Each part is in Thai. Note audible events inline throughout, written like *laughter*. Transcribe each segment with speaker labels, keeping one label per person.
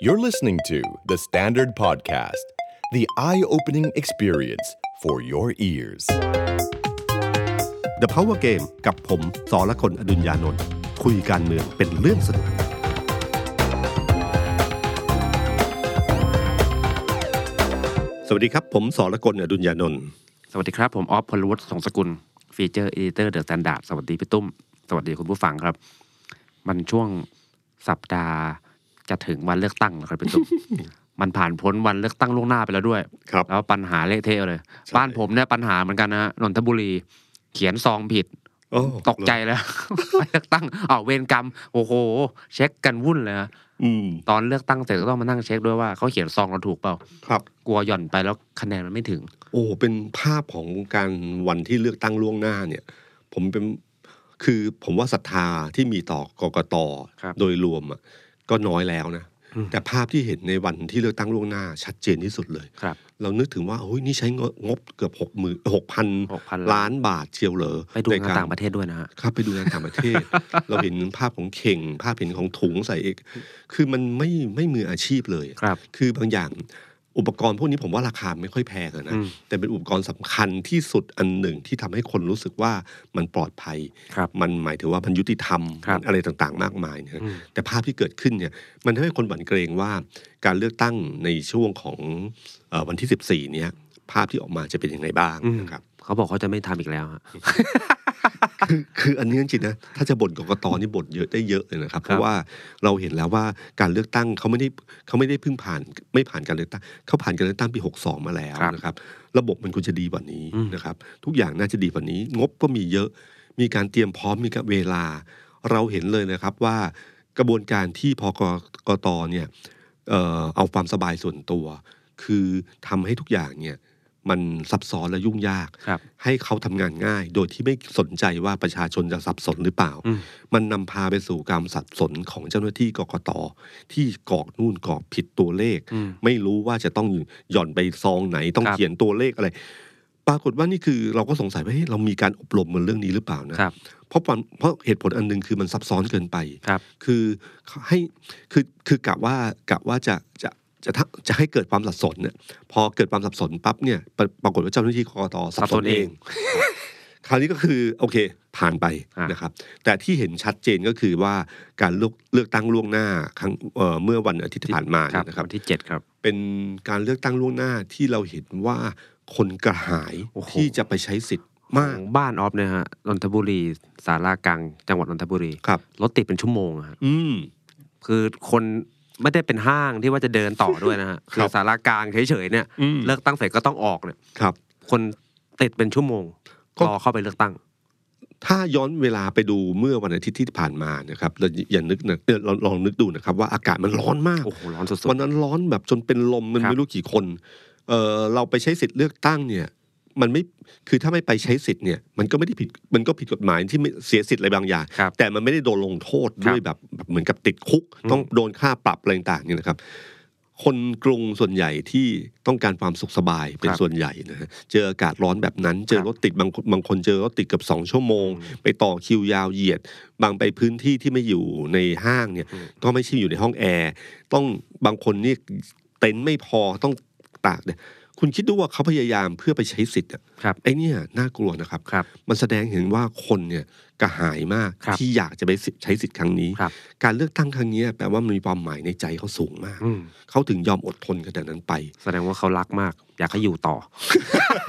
Speaker 1: You're listening to The Standard Podcast, the eye opening experience for your ears.
Speaker 2: The Power Game กับผมสอละคนอดุญญานนท์คุยการเมืองเป็นเรื่องสนุก สวัสดีครับ ผมสอละคนอดุญญานนท์
Speaker 3: สวัสดีครับ ผมออฟพลวัตสงสกุลฟีเจอร์เอดิเตอร์เดอะสแตนดาร์ดสวัสดีพี่ตุ้ม สวัสดีคุณผู้ฟังครับ มันช่วงสัปดาห์จะถึงวันเลือกตั้งนะครับพี่ตุ้ *laughs* ม มันผ่านพ้นวันเลือกตั้งล่วงหน้าไปแล้วด้วย
Speaker 2: ครับ
Speaker 3: แล้วปัญหาเละเทะเลย
Speaker 2: ใช่
Speaker 3: บ้านผมเนี่ยปัญหาเหมือนกันนะฮะนนทบุรี เขียนซองผิด
Speaker 2: โอ้
Speaker 3: ตกใจแล้ว *laughs* ไปเลือกตั้งเอาวเวรกรรม โอ้โห เช็คกันวุ่นเลยฮะ
Speaker 2: อืม
Speaker 3: ตอนเลือกตั้งเสร็จก็ต้องมานั่งเช็คด้วยว่าเขาเขียนซองเราถูกเปล่า
Speaker 2: ครับ
Speaker 3: กลัวหย่อนไปแล้วคะแนนมันไม่ถึง
Speaker 2: โอ้เป็นภาพของการวันที่เลือกตั้งล่วงหน้าเนี่ย ผมเป็นคือผมว่าศรัทธาที่มีต่อกกต
Speaker 3: ครับ
Speaker 2: โดยรวมอะก็น้อยแล้วนะ
Speaker 3: อืม
Speaker 2: แต่ภาพที่เห็นในวันที่เลือกตั้งล่วงหน้า ชัดเจนที่สุดเลย
Speaker 3: ครับ
Speaker 2: เรานึกถึงว่าโอ้ยนี่ใช้งบงบเกือบหกหมื่นหกพัน
Speaker 3: 6,000
Speaker 2: ล้านบาทเชียวเหรอ
Speaker 3: ไปดู
Speaker 2: ใน
Speaker 3: งา
Speaker 2: กา
Speaker 3: นต่า
Speaker 2: รง
Speaker 3: ประเทศด้วยนะฮะ
Speaker 2: ครับไปดูงานต่างประเท
Speaker 3: *laughs*
Speaker 2: ศ เราเห็นภาพของเข่ง ภาพเห็นของถุงใส่เอกคือมันไม่ไม่มืออาชีพเลย
Speaker 3: ครับ
Speaker 2: คือบางอย่างอุปกรณ์พวกนี้ผมว่าราคาไม่ค่อยแพงอะ
Speaker 3: อื
Speaker 2: นะ
Speaker 3: ม
Speaker 2: แต่เป็นอุปกรณ์สำคัญที่สุดอันหนึ่งที่ทำให้คนรู้สึกว่ามันปลอดภัย
Speaker 3: ครับ
Speaker 2: มันหมายถึงว่ามันยุติธรรม
Speaker 3: ครับ
Speaker 2: มันอะไรต่างๆ มากมายเนี่ยนะ
Speaker 3: อืม
Speaker 2: แต่ภาพที่เกิดขึ้นเนี่ยมันทำให้คนหวั่นเกรงว่าการเลือกตั้งในช่วงของเออวันที่ 14 เนี่ยภาพที่ออกมาจะเป็นยังไงบ้างนะครับ
Speaker 3: เขาบอกเขาจะไม่ทำอีกแล้วฮะ
Speaker 2: คือคืออันนี้จริงๆนะถ้าจะบ่นกกตนี่บ่นเยอะได้เยอะเลยนะครับ เพ
Speaker 3: ครั
Speaker 2: ราะ
Speaker 3: บ
Speaker 2: ว่าเราเห็นแล้วว่าการเลือกตั้งเขาไม่ได้เขาไม่ได้เพิ่งผ่านไม่ผ่านการเลือกตั้งเขาผ่านการเลือกตั้งปี 62 มาแล้วนะครับ ระบบมันควรจะดีกว่านี้
Speaker 3: อืม
Speaker 2: นะครับ ทุกอย่างน่าจะดีกว่านี้ งบก็มีเยอะ มีการเตรียมพร้อมมีการเวลา เราเห็นเลยนะครับว่ากระบวนการที่พกกตเนี่ยเอ่อเอาความสบายส่วนตัว คือทำให้ทุกอย่างเนี่ยมันซับซ้อนและยุ่งยาก
Speaker 3: ครับ
Speaker 2: ให้เขาทำงานง่าย โดยที่ไม่สนใจว่าประชาชนจะสับสนหรือเปล่า
Speaker 3: อืม
Speaker 2: มันนำพาไปสู่การสับสนของเจ้าหน้าที่กกตที่กรอกนู่นกรอกผิดตัวเลข
Speaker 3: อืม
Speaker 2: ไม่รู้ว่าจะต้องหย่อนไปซองไหนต้อง
Speaker 3: ครับ
Speaker 2: เขียนตัวเลขอะไร ปรากฏว่านี่คือเราก็สงสัยว่าเฮ้ยเรามีการอบรมมันเรื่องนี้หรือเปล่านะครับ เพราะความเพราะเหตุผลอันหนึงคือมันซับซ้อนเกินไป
Speaker 3: ครับ
Speaker 2: คือให้คือคือกะว่ากะว่าจะจะจะทำจะให้เกิดความสับสนเนี่ยพอเกิดความสับสนปั๊บเนี่ยปรปรากฏว่าเจ้าหน้าที่กกตสับสนเอง คราวนี้ก็คือโอเค ผ่านไป
Speaker 3: อ่ะ
Speaker 2: นะครับ แต่ที่เห็นชัดเจนก็คือว่าการเลือกเลือกตั้งล่วงหน้าครั้งเอ่อเมื่อวันอาทิตย์ที่ผ่านมา
Speaker 3: ครั
Speaker 2: เนี่ยนะครับ
Speaker 3: วันที่เจ็ดครับ
Speaker 2: เป็นการเลือกตั้งล่วงหน้าที่เราเห็นว่าคนกระหาย
Speaker 3: โอ้โห
Speaker 2: ที่จะไปใช้สิทธิ์มาก
Speaker 3: ของบ้านออฟเนี่ยฮะนนทบุรีสารากลางจังหวัดนนทบุรี
Speaker 2: ครับ
Speaker 3: รถติดเป็นชั่วโมงอะฮะ
Speaker 2: อืม
Speaker 3: คือคนไม่ได้เป็นห้างที่ว่าจะเดินต่อด้วยนะฮะ
Speaker 2: ครับ
Speaker 3: คือสารากลางเฉยๆเนี่ย
Speaker 2: อืม
Speaker 3: เลือกตั้งเสร็จก็ต้องออกเนี่ย
Speaker 2: ครับ
Speaker 3: คนติดเป็นชั่วโมง
Speaker 2: ก็
Speaker 3: รอเข้าไปเลือกตั้ง
Speaker 2: ถ้าย้อนเวลาไปดูเมื่อวันอาทิตย์ที่ผ่านมานะครับเราอย่านึกนะเออลองลองนึกดูนะครับ ว่าอากาศมันร้อนมาก
Speaker 3: โอ้โหร้อนสุด
Speaker 2: วันนั้นร้อนแบบจนเป็นลมมัน
Speaker 3: ครับ
Speaker 2: ไม่รู้กี่คนเออเราไปใช้สิทธิ์เลือกตั้งเนี่ย มันไม่คือถ้าไม่ไปใช้สิทธิ์เนี่ย มันก็ไม่ได้ผิดมันก็ผิดกฎหมายที่ไม่เสียสิทธิ์อะไรบางอย่าง
Speaker 3: ๆครับ
Speaker 2: แต่มันไม่ได้โดนลงโทษด้วยแบบแบบเหมือนกับติดคุก
Speaker 3: อืม
Speaker 2: ต้องโดนค่าปรับอะไรต่างๆเนี่ยนะครับ คนกรุงส่วนใหญ่ที่ต้องการความสุขสบายเป็นส่วนใหญ่นะฮะเจออากาศร้อนแบบนั้น เจอรถติดบางคนบางคนเจอรถติดเกือบสองชั่วโมง ไปต่อคิวยาวเหยียด บางไปพื้นที่ที่ไม่อยู่ในห้างเนี่ย ก็ไม่ใช่อยู่ในห้องแอร์ต้องบางคนเนี่ยเต็นท์ไม่พอต้องตากเนี่ยคุณคิดดูว่าเขาพยายามเพื่อไปใช้สิทธิ์อะ
Speaker 3: ครับ
Speaker 2: ไอ้เนี่ยน่ากลัวนะครับ
Speaker 3: ครับ
Speaker 2: มันแสดงเห็นว่าคนเนี่ยกระหายมาก
Speaker 3: ครับ
Speaker 2: ที่อยากจะไปสิใช้สิทธิ์ครั้งนี้
Speaker 3: ครับ
Speaker 2: การเลือกตั้งครั้งเนี้ยแปลว่ามันมีความหมายในใจเขาสูงมาก
Speaker 3: อืม
Speaker 2: เขาถึงยอมอดทนขนาดนั้นไป
Speaker 3: แสดงว่าเขารักมาก อยากให้อยู่ต่อ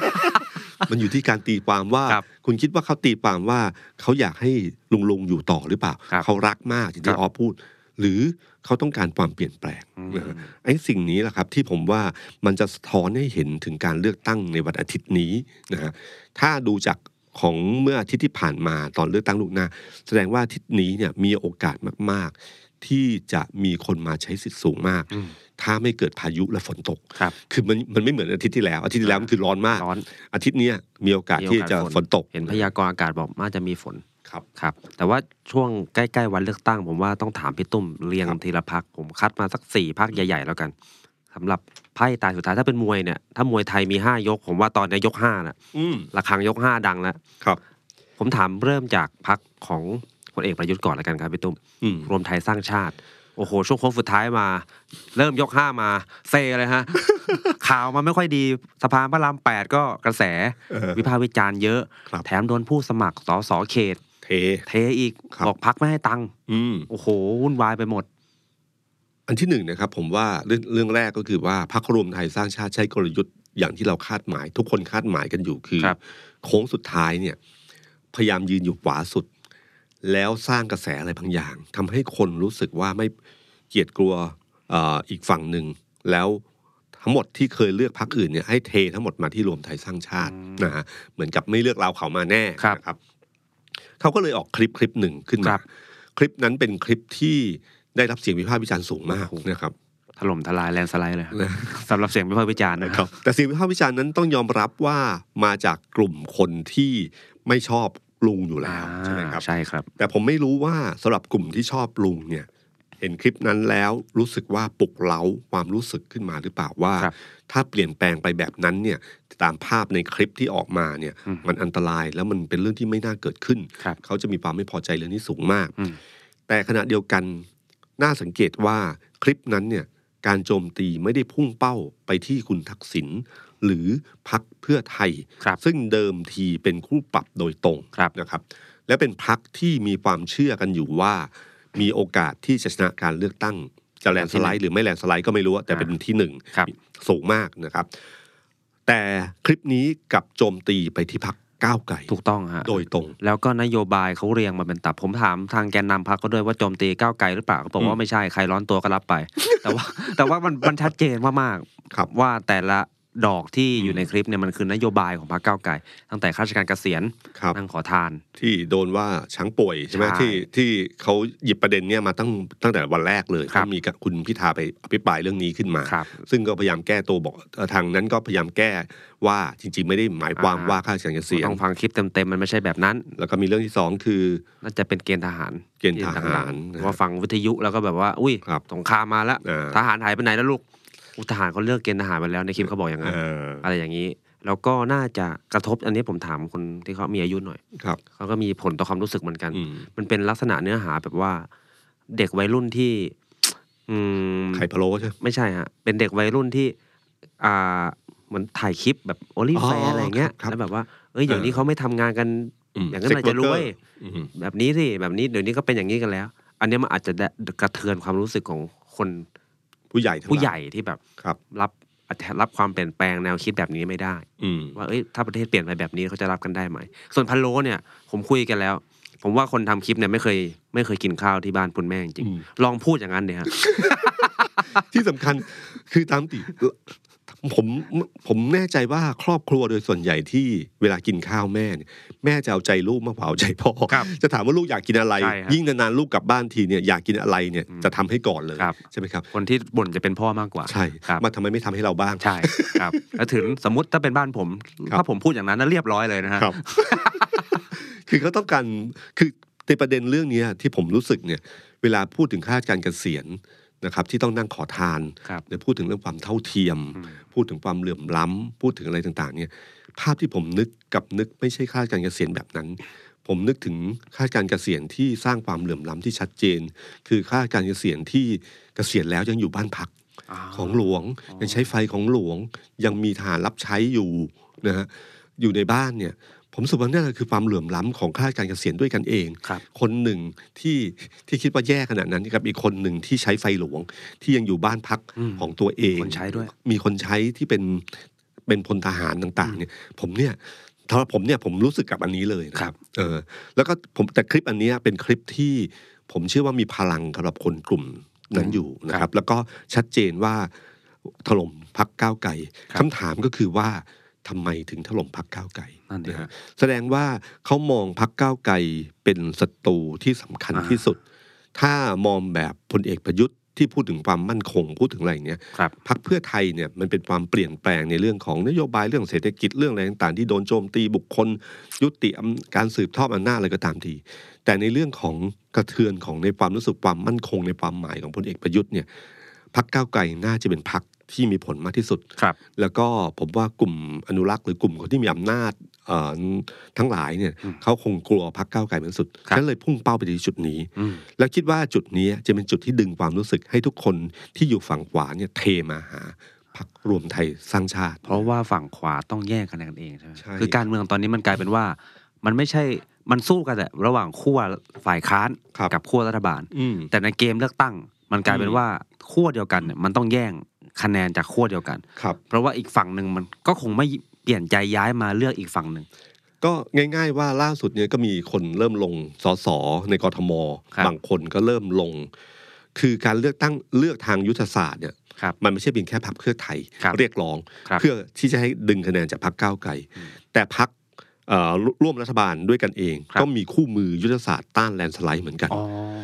Speaker 2: *laughs* มันอยู่ที่การตีความว่า
Speaker 3: ครับ
Speaker 2: คุณคิดว่าเขาตีความว่าเขาอยากให้ลุงลงอยู่ต่อหรือเปล่า
Speaker 3: ครับ
Speaker 2: เขารักมากอย่าง
Speaker 3: ครั
Speaker 2: ที่
Speaker 3: บ
Speaker 2: ออพูด หรือเขาต้องการความเปลี่ยนแปลง
Speaker 3: อืม
Speaker 2: นะฮะไอ้สิ่งนี้แหละครับที่ผมว่ามันจะสะท้อนให้เห็นถึงการเลือกตั้งในวันอาทิตย์นี้นะฮะถ้าดูจากของเมื่ออาทิตย์ที่ผ่านมาตอนเลือกตั้งลูกหน้า แสดงว่าอาทิตย์นี้เนี่ยมีโอกาสมาก ๆ ที่จะมีคนมาใช้สิทธิ์สูงมาก
Speaker 3: อืม
Speaker 2: ถ้าไม่เกิดพายุและฝนตก
Speaker 3: ครับ
Speaker 2: คือมันมันไม่เหมือนอาทิตย์ที่แล้วอาทิตย์ที่แล้วมันคือร้อนมาก
Speaker 3: ร้อน
Speaker 2: อาทิตย์เนี้ยมีโอกาส
Speaker 3: มี
Speaker 2: ที่จะฝนตก
Speaker 3: เห็นพยากรณ์อากาศบอกน่าจะมีฝน
Speaker 2: ครับ
Speaker 3: ครับแต่ว่าช่วงใกล้ๆวันเลือกตั้ง ผมว่าต้องถามพี่ตุ้มเรียง
Speaker 2: ครับ
Speaker 3: ทีละพักผมคัดมาสักสี่พักใหญ่ ๆ แล้วกันสำหรับไพ่ตายสุดท้ายถ้าเป็นมวยเนี่ยถ้ามวยไทยมีห้ายก ผมว่าตอนเนี้ยยกห้าน่ะ
Speaker 2: ืม
Speaker 3: ระคังยกห้าดังแล้ว
Speaker 2: ครับ
Speaker 3: ผมถามเริ่มจากพักของพลเอกประยุทธ์ก่อนแล้วกันครับพี่ตุ้ม
Speaker 2: อืม
Speaker 3: รวมไทยสร้างชาติ โอ้โห ช่วงโค้งสุดท้ายมา เริ่มยกห้ามา เซเลยฮะ *laughs* ข่าวมันไม่ค่อยดีสะพานพระรามแปดก็กระแส
Speaker 2: เออ
Speaker 3: วิพากษ์วิจารณ์เยอะ
Speaker 2: ครับ
Speaker 3: แถมโดนผู้สมัครสสเขต
Speaker 2: เท
Speaker 3: เทอีก
Speaker 2: ครับ
Speaker 3: บอกพักไม่ให้ตังค์
Speaker 2: อืม
Speaker 3: โอ้โหวุ่นวายไปหมด
Speaker 2: อันที่หนึ่งนะครับผมว่าเรื่องเรื่องแรกก็คือว่าพรรครวมไทยสร้างชาติใช้กลยุทธ์อย่างที่เราคาดหมาย ทุกคนคาดหมายกันอยู่คือ
Speaker 3: ครับ
Speaker 2: โค้งสุดท้ายเนี่ยพยายามยืนอยู่ขวาสุด แล้วสร้างกระแสอะไรบางอย่างทำให้คนรู้สึกว่าไม่เกลียดกลัวเอ่ออีกฝั่งหนึ่ง แล้วทั้งหมดที่เคยเลือกพรรคอื่นเนี่ยให้เททั้งหมดมาที่รวมไทยสร้างชาตินะฮะเหมือนกับไม่เลือกเราเขามาแน่
Speaker 3: ครับ
Speaker 2: นะครับเขาก็เลยออกคลิปคลิปหนึ่งขึ้น
Speaker 3: ค
Speaker 2: มา
Speaker 3: รับ
Speaker 2: คลิปนั้นเป็นคลิปที่ได้รับเสียงวิพากษ์วิจารณ์สูงมากนะครับ
Speaker 3: ถล่มทลายแลนด์สไลด์เลยฮะสำหรับเสียงวิพากษ์วิจารณ์นะ
Speaker 2: นะค
Speaker 3: ค
Speaker 2: รั
Speaker 3: รั
Speaker 2: บบ แต่เสียงวิพากษ์วิจารณ์นั้นต้องยอมรับว่ามาจากกลุ่มคนที่ไม่ชอบลุงอยู่แล้วใช่ไหมครับ
Speaker 3: ใช่ครับ
Speaker 2: แต่ผมไม่รู้ว่าสำหรับกลุ่มที่ชอบลุงเนี่ย เห็นคลิปนั้นแล้วรู้สึกว่าปลุกเร้าความรู้สึกขึ้นมาหรือเปล่าว่า
Speaker 3: ครับ
Speaker 2: ถ้าเปลี่ยนแปลงไปแบบนั้นเนี่ยตามภาพในคลิปที่ออกมาเนี่ย
Speaker 3: อืม
Speaker 2: มันอันตรายแล้วมันเป็นเรื่องที่ไม่น่าเกิดขึ้น
Speaker 3: ครับ
Speaker 2: เขาจะมีความไม่พอใจเรื่องนี้สูงมาก
Speaker 3: อืม
Speaker 2: แต่ขณะเดียวกันน่าสังเกตว่าคลิปนั้นเนี่ยการโจมตีไม่ได้พุ่งเป้าไปที่คุณทักษิณหรือพักเพื่อไทย
Speaker 3: ครับ
Speaker 2: ซึ่งเดิมทีเป็นคู่ปรับโดยตรง
Speaker 3: ครับ
Speaker 2: นะครับ และเป็นพักที่มีความเชื่อกันอยู่ว่า มีโอกาสที่จะชนะการเลือกตั้ง จะแลนด์สไลด์หรือไม่แลนด์สไลด์ก็ไม่รู้อะแต่เป็นที่หนึ่ง
Speaker 3: ครับ
Speaker 2: สูงมากนะครับ แต่คลิปนี้กลับโจมตีไปที่พักก้าวไกล
Speaker 3: ถูกต้องฮะ
Speaker 2: โดยตรง
Speaker 3: แล้วก็นโยบายเขาเรียงมาเป็นตับผมถามทางแกนนำพักก็ด้วยว่าโจมตีก้าวไกลหรือเปล่าเขาบอก
Speaker 2: อื
Speaker 3: ว่าม ไม่ใช่ใครร้อนตัวก็รับไป แต่
Speaker 2: *laughs*
Speaker 3: ว่าแต่ว่ามันมันชัดเจนมาก
Speaker 2: ครับ
Speaker 3: ๆว่าแต่ละดอกที่อยู่ในคลิปเนี่ยมันคือนโยบายของพรรคก้าวไกลตั้งแต่ข้าราชการเกษียณ
Speaker 2: ครับ
Speaker 3: นั่งขอทาน
Speaker 2: ที่โดนว่าช้างป่วยใช่ไหม
Speaker 3: ใช่
Speaker 2: ที่ที่เขาหยิบประเด็นเนี้ยมาตั้งตั้งแต่วันแรกเลย
Speaker 3: ครับ
Speaker 2: ที่มีกับคุณพิธาไปอภิปรายเรื่องนี้ขึ้นมา
Speaker 3: ครับ
Speaker 2: ซึ่งก็พยายามแก้ตัวบอกเอ่อทางนั้นก็พยายามแก้ว่าจริง ๆ ไม่ได้หมายความ
Speaker 3: อ่า
Speaker 2: ว่าข้าราชการเกษียณ
Speaker 3: ต้องฟังคลิปเต็มๆมันไม่ใช่แบบนั้น
Speaker 2: แล้วก็มีเรื่องที่สองคือ
Speaker 3: น่าจะเป็นเกณฑ์ทหาร
Speaker 2: เกณฑ์ทหาร
Speaker 3: ที่ดังๆ
Speaker 2: นะ
Speaker 3: ว่าฟังวิทยุแล้วก็แบบว่า อุ้ย
Speaker 2: ครับ
Speaker 3: สงครามมาแล้ว
Speaker 2: เออ
Speaker 3: ทหารหายไปไหนแล้วลูกอุ๊ยทหารเขาเลิกเกณฑ์ทหารไปแล้วในคลิปเขาบอกอย่างนั้น
Speaker 2: เอ่อ
Speaker 3: อะไรอย่างนี้ แล้วก็น่าจะกระทบอันนี้ผมถามคนที่เขามีอายุหน่อย
Speaker 2: ครับ
Speaker 3: เขาก็มีผลต่อความรู้สึกเหมือนกัน
Speaker 2: อืม
Speaker 3: มันเป็นลักษณะเนื้อหาแบบว่า เด็กวัยรุ่นที่ อืม
Speaker 2: ไข่พะโล้ใช่ไหม
Speaker 3: ไม่ใช่ฮะ เป็นเด็กวัยรุ่นที่ อ่า เหมือนถ่ายคลิปแบบโอลิ
Speaker 2: อ๋อ
Speaker 3: แฟร์อะไรอย่างเงี้ย
Speaker 2: ครับครับ
Speaker 3: แล้วแบบว่า เอ้ย เดี๋ยวนี้
Speaker 2: เออ
Speaker 3: เขาไม่ทำงานกัน
Speaker 2: ม
Speaker 3: อย่างนั้น
Speaker 2: sex
Speaker 3: อาจจะรวย
Speaker 2: worker อืม
Speaker 3: แบบนี้สิแบบนี้เดี๋ยวนี้ก็เป็นอย่างนี้กันแล้ว อันเนี้ยมันอาจจะกระเทือนความรู้สึกของคน
Speaker 2: ผู้ใหญ่ทั้งลาย
Speaker 3: ผู้ใหญ่ที่แบบ
Speaker 2: ครับ
Speaker 3: รับอาจจะรับความเปลี่ยนแปลงแนวคิดแบบนี้ไม่ได้
Speaker 2: อืม
Speaker 3: ว่าเอ้ยถ้าประเทศเปลี่ยนไปแบบนี้เขาจะรับกันได้ไหม ส่วนพะโล้เนี่ย ผมคุยกันแล้ว ผมว่าคนทำคลิปเนี่ยไม่เคยไม่เคยกินข้าวที่บ้านคุณแม่จริงๆลองพูดอย่างนั้นเนี่ยฮะ
Speaker 2: ที่สำคัญคือตามติผมผมแน่ใจว่าครอบครัวโดยส่วนใหญ่ที่เวลากินข้าวแม่เนี่ยแม่จะเอาใจลูกมากกว่าเอาใจพ่อ
Speaker 3: ครับ
Speaker 2: จะถามว่าลูกอยากกินอะไร
Speaker 3: ใช่ครับ
Speaker 2: ยิ่งนานๆลูกกลับบ้านทีเนี่ยอยากกินอะไรเนี่ยจะทำให้ก่อนเลย
Speaker 3: ครับ
Speaker 2: ใช่ไหมครับ
Speaker 3: คนที่บ่นจะเป็นพ่อมากกว่า
Speaker 2: ใช่
Speaker 3: ครับ
Speaker 2: มาทำไมไม่ทำให้เราบ้าง
Speaker 3: ใช่ครับแล้วถึงสมมติถ้าเป็นบ้านผม
Speaker 2: ครับ
Speaker 3: ถ้าผมพูดอย่างนั้นน่ะเรียบร้อยเลยนะฮะ *laughs*
Speaker 2: ครับ คือเขาต้องการคือในประเด็นเรื่องเนี้ยที่ผมรู้สึกเนี่ย เวลาพูดถึงข้าราชการเกษียณนะครับ ที่ต้องนั่งขอทาน
Speaker 3: ครับ
Speaker 2: หรือพูดถึงเรื่องความเท่าเทียม
Speaker 3: อืม
Speaker 2: พูดถึงความเหลื่อมล้ำพูดถึงอะไรต่างๆ เนี่ย ภาพที่ผมนึกกับนึกไม่ใช่ข้าราชการเกษียณแบบนั้น ผมนึกถึงข้าราชการเกษียณที่สร้างความเหลื่อมล้ำที่ชัดเจน คือข้าราชการเกษียณที่เกษียณแล้วยังอยู่บ้านพัก
Speaker 3: อ่า
Speaker 2: ของหลวงยังใช้ไฟของหลวงยังมีทหารรับใช้อยู่นะฮะอยู่ในบ้านเนี่ย ผมรู้สุว่านั่นคือความเหลื่อมล้ำของข้าราชการเกษียณด้วยกันเอง
Speaker 3: ครับ
Speaker 2: คนหนึ่งที่ที่คิดว่าแย่ขนาดนั้นกับอีกคนหนึ่งที่ใช้ไฟหลวง ที่ยังอยู่บ้านพัก
Speaker 3: อืม
Speaker 2: ของตัวเอง
Speaker 3: คนใช้ด้วย
Speaker 2: มีคนใช้ที่เป็นเป็นพลทหารต่าง ๆ เนี่ย ผมเนี่ยสำหรับผมเนี่ยผมรู้สึกกับอันนี้เลยนะครับ เออ แล้วก็ผมแต่คลิปอันเนี้ยเป็นคลิปที่ผมเชื่อว่ามีพลังสำหรับคนกลุ่มนั้นอยู่นะครับ แล้วก็ชัดเจนว่าถล่มพักก้าวไกล
Speaker 3: ครับ
Speaker 2: คำถามก็คือว่าทำไมถึงถล่มพักก้าวไกล
Speaker 3: นั่นดิ
Speaker 2: นะ
Speaker 3: ครั
Speaker 2: ฮะ
Speaker 3: บ
Speaker 2: แสดงว่าเขามองพักก้าวไกลเป็นศัตรูที่สำคัญ
Speaker 3: อ่า
Speaker 2: ที่สุด ถ้ามองแบบพลเอกประยุทธ์ที่พูดถึงความมั่นคงพูดถึงอะไรอย่างเนี้ย
Speaker 3: ครับ
Speaker 2: พักเพื่อไทยเนี่ยมันเป็นความเปลี่ยนแปลงในเรื่องของนโยบายเรื่องเศรษฐกิจเรื่องอะไรต่างๆ ที่โดนโจมตีบุคคล ยุติอำการสืบทอดอำนาจอะไรก็ตามที แต่ในเรื่องของกระเทือนของในความรู้สึกความมั่นคงในความหมายของพลเอกประยุทธ์เนี่ยพักก้าวไกลน่าจะเป็นพัก ที่มีผลมากที่สุด
Speaker 3: ครับ
Speaker 2: แล้วก็ผมว่ากลุ่มอนุรักษ์หรือกลุ่มคนที่มีอำนาจเอ่อทั้งหลายเนี่ย
Speaker 3: อืม
Speaker 2: เขาคงกลัวพักก้าวไกลเป็นสุด
Speaker 3: ครับ
Speaker 2: ฉะนั้นเลยพุ่งเป้าไปที่จุดนี้
Speaker 3: อืม
Speaker 2: แล้วคิดว่าจุดนี้จะเป็นจุดที่ดึงความรู้สึกให้ทุกคนที่อยู่ฝั่งขวาเนี่ยเทมาหาพักรวมไทยสร้างชาติ
Speaker 3: เพราะว่าฝั่งขวาต้องแย่งคะแนนกันเองใช่ไหม
Speaker 2: ใช่
Speaker 3: คือการเมืองตอนนี้มันกลายเป็นว่า มันไม่ใช่มันสู้กันแต่ระหว่างขั้วฝ่ายค้าน
Speaker 2: ครับ
Speaker 3: กับขั้วรัฐบาล
Speaker 2: อืม
Speaker 3: แต่ในเกมเลือกตั้ง มันกลายเป็น
Speaker 2: อืม
Speaker 3: ว่าขั้วเดียวกันเนี่ยมันต้องแย่งคะแนนจากขั้วเดียวกัน
Speaker 2: ครับ
Speaker 3: เพราะว่าอีกฝั่งหนึ่งมันก็คงไม่เปลี่ยนใจย้ายมาเลือกอีกฝั่งหนึ่ง
Speaker 2: ก็ง่าย ๆ ว่าล่าสุดเนี่ยก็มีคนเริ่มลงสสในกรทม
Speaker 3: ครับ
Speaker 2: บางคนก็เริ่มลง คือการเลือกตั้งเลือกทางยุทธศาสตร์เนี่ย
Speaker 3: ครับ
Speaker 2: มันไม่ใช่เพียงแค่พรรคเพื่อไทย
Speaker 3: ครับ
Speaker 2: เรียกร้อง
Speaker 3: ครับ
Speaker 2: เพื่อที่จะให้ดึงคะแนนจากพรรคก้าวไกล แต่พรรคเอ่อร่วมรัฐบาลด้วยกันเอง
Speaker 3: ครับ
Speaker 2: ก็มีคู่มือยุทธศาสตร์ต้านแลนด์สไลด์เหมือนกัน
Speaker 3: อ๋อ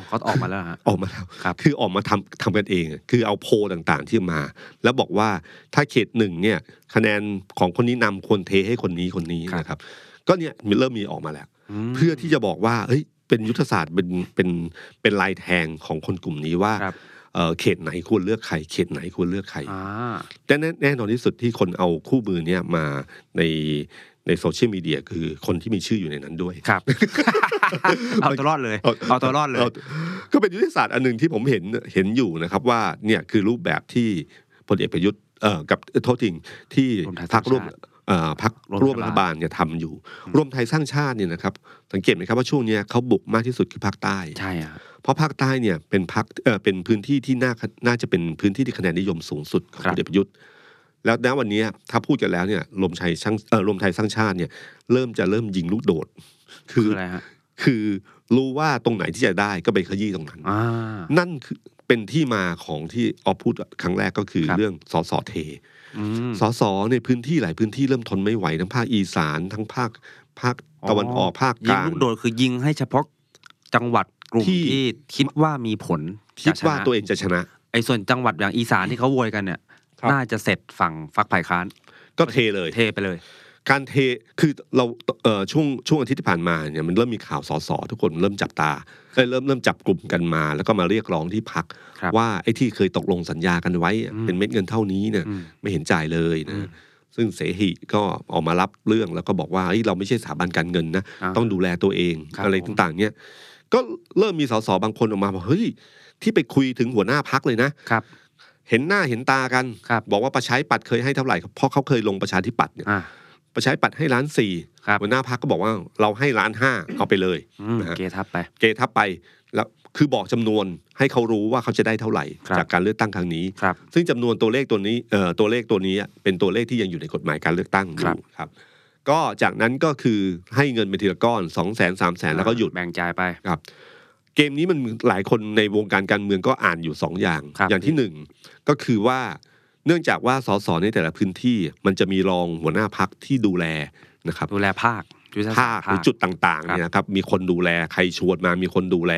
Speaker 3: เขาออกมาแล้วฮะ
Speaker 2: ออกมาแล้ว
Speaker 3: ครับ
Speaker 2: คือออกมาทำทำกันเอง คือเอาโพลต่างๆที่มา แล้วบอกว่าถ้าเขตหนึ่งเนี่ยคะแนนของคนนี้นำควรเทให้คนนี้คนนี้
Speaker 3: ครับ
Speaker 2: นะครับ ก็เนี่ยมีเริ่มมีออกมาแล้ว
Speaker 3: ม
Speaker 2: เพื่อที่จะบอกว่าเฮ้ยเป็นยุทธศาสตร์เป็นเป็นเป็นลายแทงของคนกลุ่มนี้ว่า
Speaker 3: ครับ
Speaker 2: เอ่อเขตไหนควรเลือกใครเขตไหนควรเลือกใคร
Speaker 3: อ่า
Speaker 2: แต่แน่แน่นอนที่สุดที่คนเอาคู่มือเนี่ยมาในในโซเชียลมีเดียคือคนที่มีชื่ออยู่ในนั้นด้วย
Speaker 3: ครับ เอาตัวรอดเลย
Speaker 2: เอา
Speaker 3: เอาตัวรอดเลย
Speaker 2: อาก็เป็นยุทธศาสตร์อันหนึ่งที่ผมเห็นเห็นอยู่นะครับว่าเนี่ยคือรูปแบบที่พลเอกประยุทธ์เอ่อกับเอ่อโทษจริงที่
Speaker 3: รวมไทย
Speaker 2: พรรคร่วม
Speaker 3: สร้างชาติ
Speaker 2: เอ่อพรรค
Speaker 3: ร่
Speaker 2: ร่
Speaker 3: ว
Speaker 2: ว
Speaker 3: ม
Speaker 2: ม
Speaker 3: รั
Speaker 2: รัฐ
Speaker 3: ฐบา
Speaker 2: บา
Speaker 3: ล
Speaker 2: ลเนี่ยทำอยู่ ร่วมไทยสร้างชาติเนี่ยนะครับสังเกตไหมครับว่าช่วงเนี้ยเขาบุกมากที่สุดคือภาคใต้
Speaker 3: ใช่อะ
Speaker 2: เพราะภาคใต้เนี่ยเป็นพรรคเอ่อเป็นพื้นที่ที่น่าน่าจะเป็นพื้นที่ที่คะแนนนิยมสูงสุดของพลเอกประยุทธ์ แล้วณวันเนี้ยถ้าพูดกันแล้วเนี่ยรวมไทยสร้างเอ่อรวมไทยสร้างชาติเนี่ยเริ่มจะเริ่มยิงลูกโดด
Speaker 3: คืออะไรฮะ
Speaker 2: คือรู้ว่าตรงไหนที่จะได้ก็ไปขยี้ตรงนั้น
Speaker 3: อ่า
Speaker 2: นั่นคือเป็นที่มาของที่ออฟพูดครั้งแรกก็คือ
Speaker 3: ครับ
Speaker 2: เรื่องสสเท
Speaker 3: อืม
Speaker 2: สสในพื้นที่หลายพื้นที่เริ่มทนไม่ไหวทั้งภาคอีสานทั้งภาคภาคตะวันออกภาคก
Speaker 3: ยิง
Speaker 2: ลาง
Speaker 3: ลูกโดดคือยิงให้เฉพาะจังหวัดกลุ่ม
Speaker 2: ที่
Speaker 3: ที่คิดว่ามีผล
Speaker 2: คิดว่า
Speaker 3: จะชนะ
Speaker 2: ตัวเองจะชนะ
Speaker 3: ไอ้ส่วนจังหวัดอย่างอีสานที่เขาโวยกันเนี่ย
Speaker 2: ครับ
Speaker 3: น่าจะเสร็จฝั่งฝักฝ่ายค้าน
Speaker 2: ก็เทเลย
Speaker 3: เทไปเลย
Speaker 2: การเทคือเราเอ่อช่วงช่วงอาทิตย์ที่ผ่านมาเนี่ยมันเริ่มมีข่าวสสทุกคนเริ่มจับตาเอ้ยเริ่มเริ่มจับกลุ่มกันมา แล้วก็มาเรียกร้องที่พัก
Speaker 3: ครับ
Speaker 2: ว่าไอ้ที่เคยตกลงสัญญากันไว้อะ
Speaker 3: อืม
Speaker 2: เป็นเม็ดเงินเท่านี้เนี่ย
Speaker 3: อืม
Speaker 2: ไม่เห็นจ่ายเลย
Speaker 3: อืม
Speaker 2: นะซึ่งเสหิก็ออกมารับเรื่องแล้วก็บอกว่าเฮ้ยเราไม่ใช่สถาบันการเงินนะ
Speaker 3: อ่า
Speaker 2: ต้องดูแลตัวเอง
Speaker 3: ครับ
Speaker 2: อะไร
Speaker 3: ผม
Speaker 2: ต่างๆเนี่ยก็เริ่มมีสสบางคนออกมาบอกเฮ้ยที่ไปคุยถึงหัวหน้าพักเลยนะ
Speaker 3: ครับ
Speaker 2: เห็นหน้าเห็นตากัน
Speaker 3: ครับ
Speaker 2: บอกว่าประชาธิปัตย์เคยให้เท่าไหร่เพราะเขาเคยลงประชาธิปัตย์เนี่ย
Speaker 3: อ่า
Speaker 2: ประชาธิปัตย์ให้ล้านสี่
Speaker 3: ครับ
Speaker 2: หัวหน้าพักก็บอกว่าเราให้ล้านห้าเอาไปเลย
Speaker 3: อืม
Speaker 2: นะฮะ
Speaker 3: เกทับไป
Speaker 2: เกทับไปแล้วคือบอกจำนวนให้เขารู้ว่าเขาจะได้เท่าไหร่
Speaker 3: ครับ
Speaker 2: จากการเลือกตั้งครั้งนี้
Speaker 3: ครับ
Speaker 2: ซึ่งจำนวนตัวเลขตัวนี้เอ่อตัวเลขตัวนี้เป็นตัวเลขที่ยังอยู่ในกฎหมายการเลือกตั้งอ
Speaker 3: ครั
Speaker 2: ยู่
Speaker 3: บ
Speaker 2: ครับ ก็จากนั้นก็คือให้เงินเป็นทีละก้อนสองแสนสามแสนแล้วก็หยุด
Speaker 3: แบ่งจ่ายไป
Speaker 2: ครับ เกมนี้มันหลายคนในวงการการเมืองก็อ่านอยู่สองอย่าง
Speaker 3: ครับ
Speaker 2: อย่างที่หนึ่งก็คือว่าเนื่องจากว่าสสในแต่ละพื้นที่มันจะมีรองหัวหน้าพักที่ดูแลนะครับ
Speaker 3: ดูแลภาคยุทธศสต
Speaker 2: ภาค
Speaker 3: ร์
Speaker 2: หรือจุดต่างๆ
Speaker 3: ครับ
Speaker 2: เนี่ยนะครับมีคนดูแลใครชวนมามีคนดูแล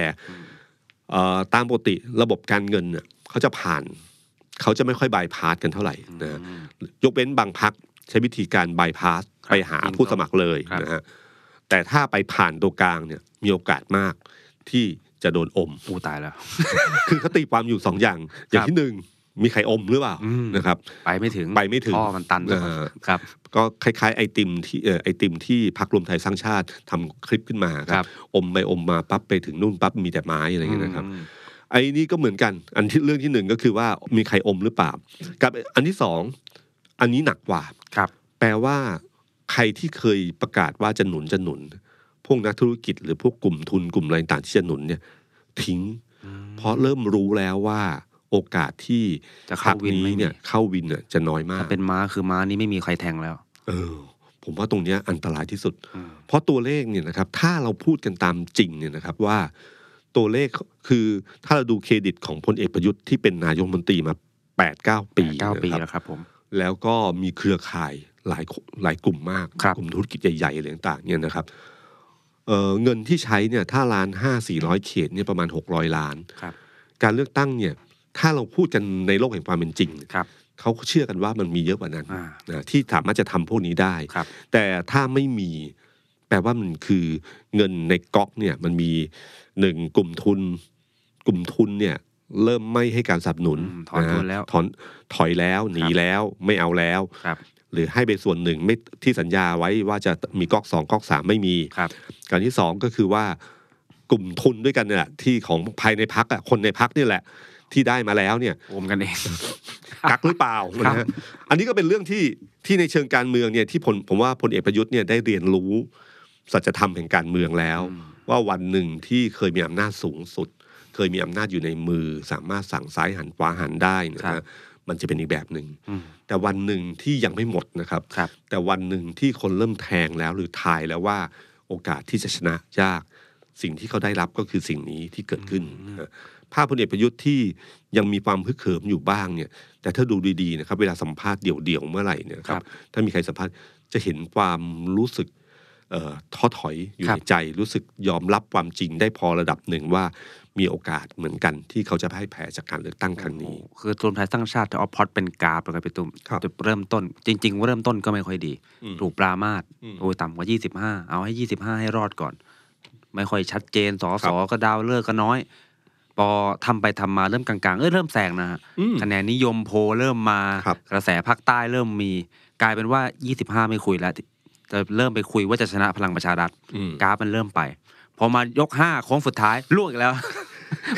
Speaker 2: เอ่อตามปกติระบบการเงินเน่ะเขาจะผ่าน เขาจะไม่ค่อยบายพาสกันเท่าไหร่นะยกเว้นบางพักใช้วิธีการบายพาส
Speaker 3: ครับ
Speaker 2: ไปหาผู้สมัครเลย
Speaker 3: ครับ
Speaker 2: นะฮะแต่ถ้าไปผ่านตัวกลางเนี่ยมีโอกาสมากที่จะโดนอม *laughs*
Speaker 3: อู้ตายแล้ว
Speaker 2: คือเขาตีความอยู่สองอย่าง อย่างที่หนึ่งมีใครอมหรือเปล่า
Speaker 3: อืม
Speaker 2: นะครับ
Speaker 3: ไปไม่ถึง
Speaker 2: ไปไม่ถึง
Speaker 3: ท่อมันตัน
Speaker 2: เออ
Speaker 3: ครับ
Speaker 2: ก็คล้ายๆไอติมที่เอ่อไอติมที่พักรวมไทยสร้างชาติทำคลิปขึ้นมาค
Speaker 3: ครั
Speaker 2: รับ บ อมไปอมมาปั๊บไปถึงนู่นปั๊บมีแต่ไม้อะไรอย่างเงี้ยนะครับ
Speaker 3: ม
Speaker 2: ไอ้นี่ก็เหมือนกัน อันที่เรื่องที่หนึ่งก็คือว่ามีใครอมหรือเปล่า กับอันที่สองอันนี้หนักกว่า
Speaker 3: ครับ
Speaker 2: แปลว่าใครที่เคยประกาศว่าจะหนุนจะหนุน พวกนักธุรกิจหรือพวกกลุ่มทุนกลุ่มอะไรต่างที่จะหนุนเนี่ย ทิ้ง เพราะเริ่มรู้แล้วว่าโอกาสที่
Speaker 3: จะ
Speaker 2: พร
Speaker 3: เข้าร
Speaker 2: ค
Speaker 3: วินไม่
Speaker 2: นี้
Speaker 3: มี
Speaker 2: เนี่ยเข้าวินเนี่ยจะน้อยมาก
Speaker 3: ถ้าเป็นม้าคือม้านี่ไม่มีใครแทงแล้ว
Speaker 2: เออผมว่าตรงเนี้ยอันตรายที่สุด
Speaker 3: อืม
Speaker 2: เพราะตัวเลขเนี่ยนะครับถ้าเราพูดกันตามจริงเนี่ยนะครับว่าตัวเลขคือถ้าเราดูเครดิตของพลเอกประยุทธ์ที่เป็นนายกรัฐมนตรีมา8ปดเก้าปี
Speaker 3: เก้าปี
Speaker 2: นะครับ
Speaker 3: แล้วครับผม
Speaker 2: แล้วก็มีเครือข่ายหลายคนหลายกลุ่มมาก
Speaker 3: ครับ
Speaker 2: กลุ่มธุรกิจใหญ่ๆอะไรต่างๆเนี่ยนะครับเอ่อเงินที่ใช้เนี่ยถ้าล้านห้าสี่ร้อยเขตเนี่ยประมาณหกร้อยล้าน
Speaker 3: ครับ
Speaker 2: การเลือกตั้งเนี่ยถ้าเราพูดกันในโลกแห่งความเป็นจริงเนี่ย
Speaker 3: ครับ
Speaker 2: เขาเชื่อกันว่ามันมีเยอะกว่านั้น
Speaker 3: อ่า
Speaker 2: นะที่สามารถจะทำพวกนี้ได้
Speaker 3: ครับ
Speaker 2: แต่ถ้าไม่มีแปลว่ามันคือเงินในก๊อกเนี่ยมันมีหนึ่งกลุ่มทุน กลุ่มทุนเนี่ย เริ่มไม่ให้การสนับสนุน
Speaker 3: อืมถอนตัวแล้ว
Speaker 2: ะฮะถอนถอยแล้วหนีแล้วไม่เอาแล้ว
Speaker 3: ครับ
Speaker 2: หรือให้ไปส่วนหนึ่งไม่ที่สัญญาไว้ว่าจะมีก๊อกสองก๊อกสามไม่มี
Speaker 3: ครับ
Speaker 2: การที่สองก็คือว่ากลุ่มทุนด้วยกันเนี่ยแหละที่ของภายในพักอ่ะคนในพักนี่ยแหละ ที่ได้มาแล้วเนี่ย
Speaker 3: โอมกันเอง
Speaker 2: กักหรือเปล่า
Speaker 3: ครับ
Speaker 2: นะฮะอันนี้ก็เป็นเรื่องที่ที่ในเชิงการเมืองเนี่ยที่ผลผมว่าพลเอกประยุทธ์เนี่ยได้เรียนรู้ สัจธรรมแห่งการเมืองแล้ว ว่าวันหนึ่งที่เคยมีอำนาจสูงสุด เคยมีอำนาจอยู่ในมือ สามารถสั่งซ้ายหันขวาหันได้เนยนะฮะมันจะเป็นอีกแบบหนึ่ง
Speaker 3: อืม
Speaker 2: แต่วันหนึ่งที่ยังไม่หมดนะครับ
Speaker 3: ครับ
Speaker 2: แต่วันหนึ่งที่คนเริ่มแทงแล้วหรือทายแล้วว่าโอกาสที่จะชนะยาก สิ่งที่เขาได้รับก็คือสิ่งนี้ที่เกิดขึ้นนะภาพพลเอกประยุทธ์ที่ยังมีความฮึกเหิมอยู่บ้างเนี่ย แต่ถ้าดูดีๆนะครับ เวลาสัมภาษณ์เดี่ยวๆเมื่อไหร่เนี่ยนะค
Speaker 3: ครั
Speaker 2: รับ
Speaker 3: บ
Speaker 2: ถ้ามีใครสัมภาษณ์จะเห็นความรู้สึกเอ่อท้อถอยอยู่
Speaker 3: ครั
Speaker 2: ใน
Speaker 3: บ
Speaker 2: ใจ รู้สึกยอมรับความจริงได้พอระดับหนึ่งว่ามีโอกาสเหมือนกันที่เขาจะพ่ายแพ้จากการเลือกตั้งครั้งนี้
Speaker 3: คือรวมไทยสร้างชาติจะเอาพล็อตเป็นกราฟเลยครับพี่ตุ้ม
Speaker 2: ครับ
Speaker 3: จะเริ่มต้น จริง ๆ ว่าเริ่มต้นก็ไม่ค่อยดี
Speaker 2: อืม
Speaker 3: ถูกปรามาส
Speaker 2: อืม
Speaker 3: โอ้ยต่ำกว่า 25 เอาให้ 25 ให้รอดก่อน ไม่ค่อยชัดเจนสอ
Speaker 2: ครั
Speaker 3: ส
Speaker 2: บ
Speaker 3: อก็ดาวเลิกก็น้อย พอทำไปทำมาเริ่มกลางๆ เอ้ยเริ่มแซงนะฮะ
Speaker 2: อืม
Speaker 3: คะแนนนิยมโพลเริ่มมา
Speaker 2: ครับ
Speaker 3: กระแสภาคใต้เริ่มมี กลายเป็นว่า 25 ไม่คุยแล้วจะเริ่มไปคุยว่าจะชนะพลังประชารัฐ
Speaker 2: อืม
Speaker 3: กราฟมันเริ่มไป พอมายกห้าโค้งสุดท้ายล่วงอีก
Speaker 2: *laughs*
Speaker 3: แล้ว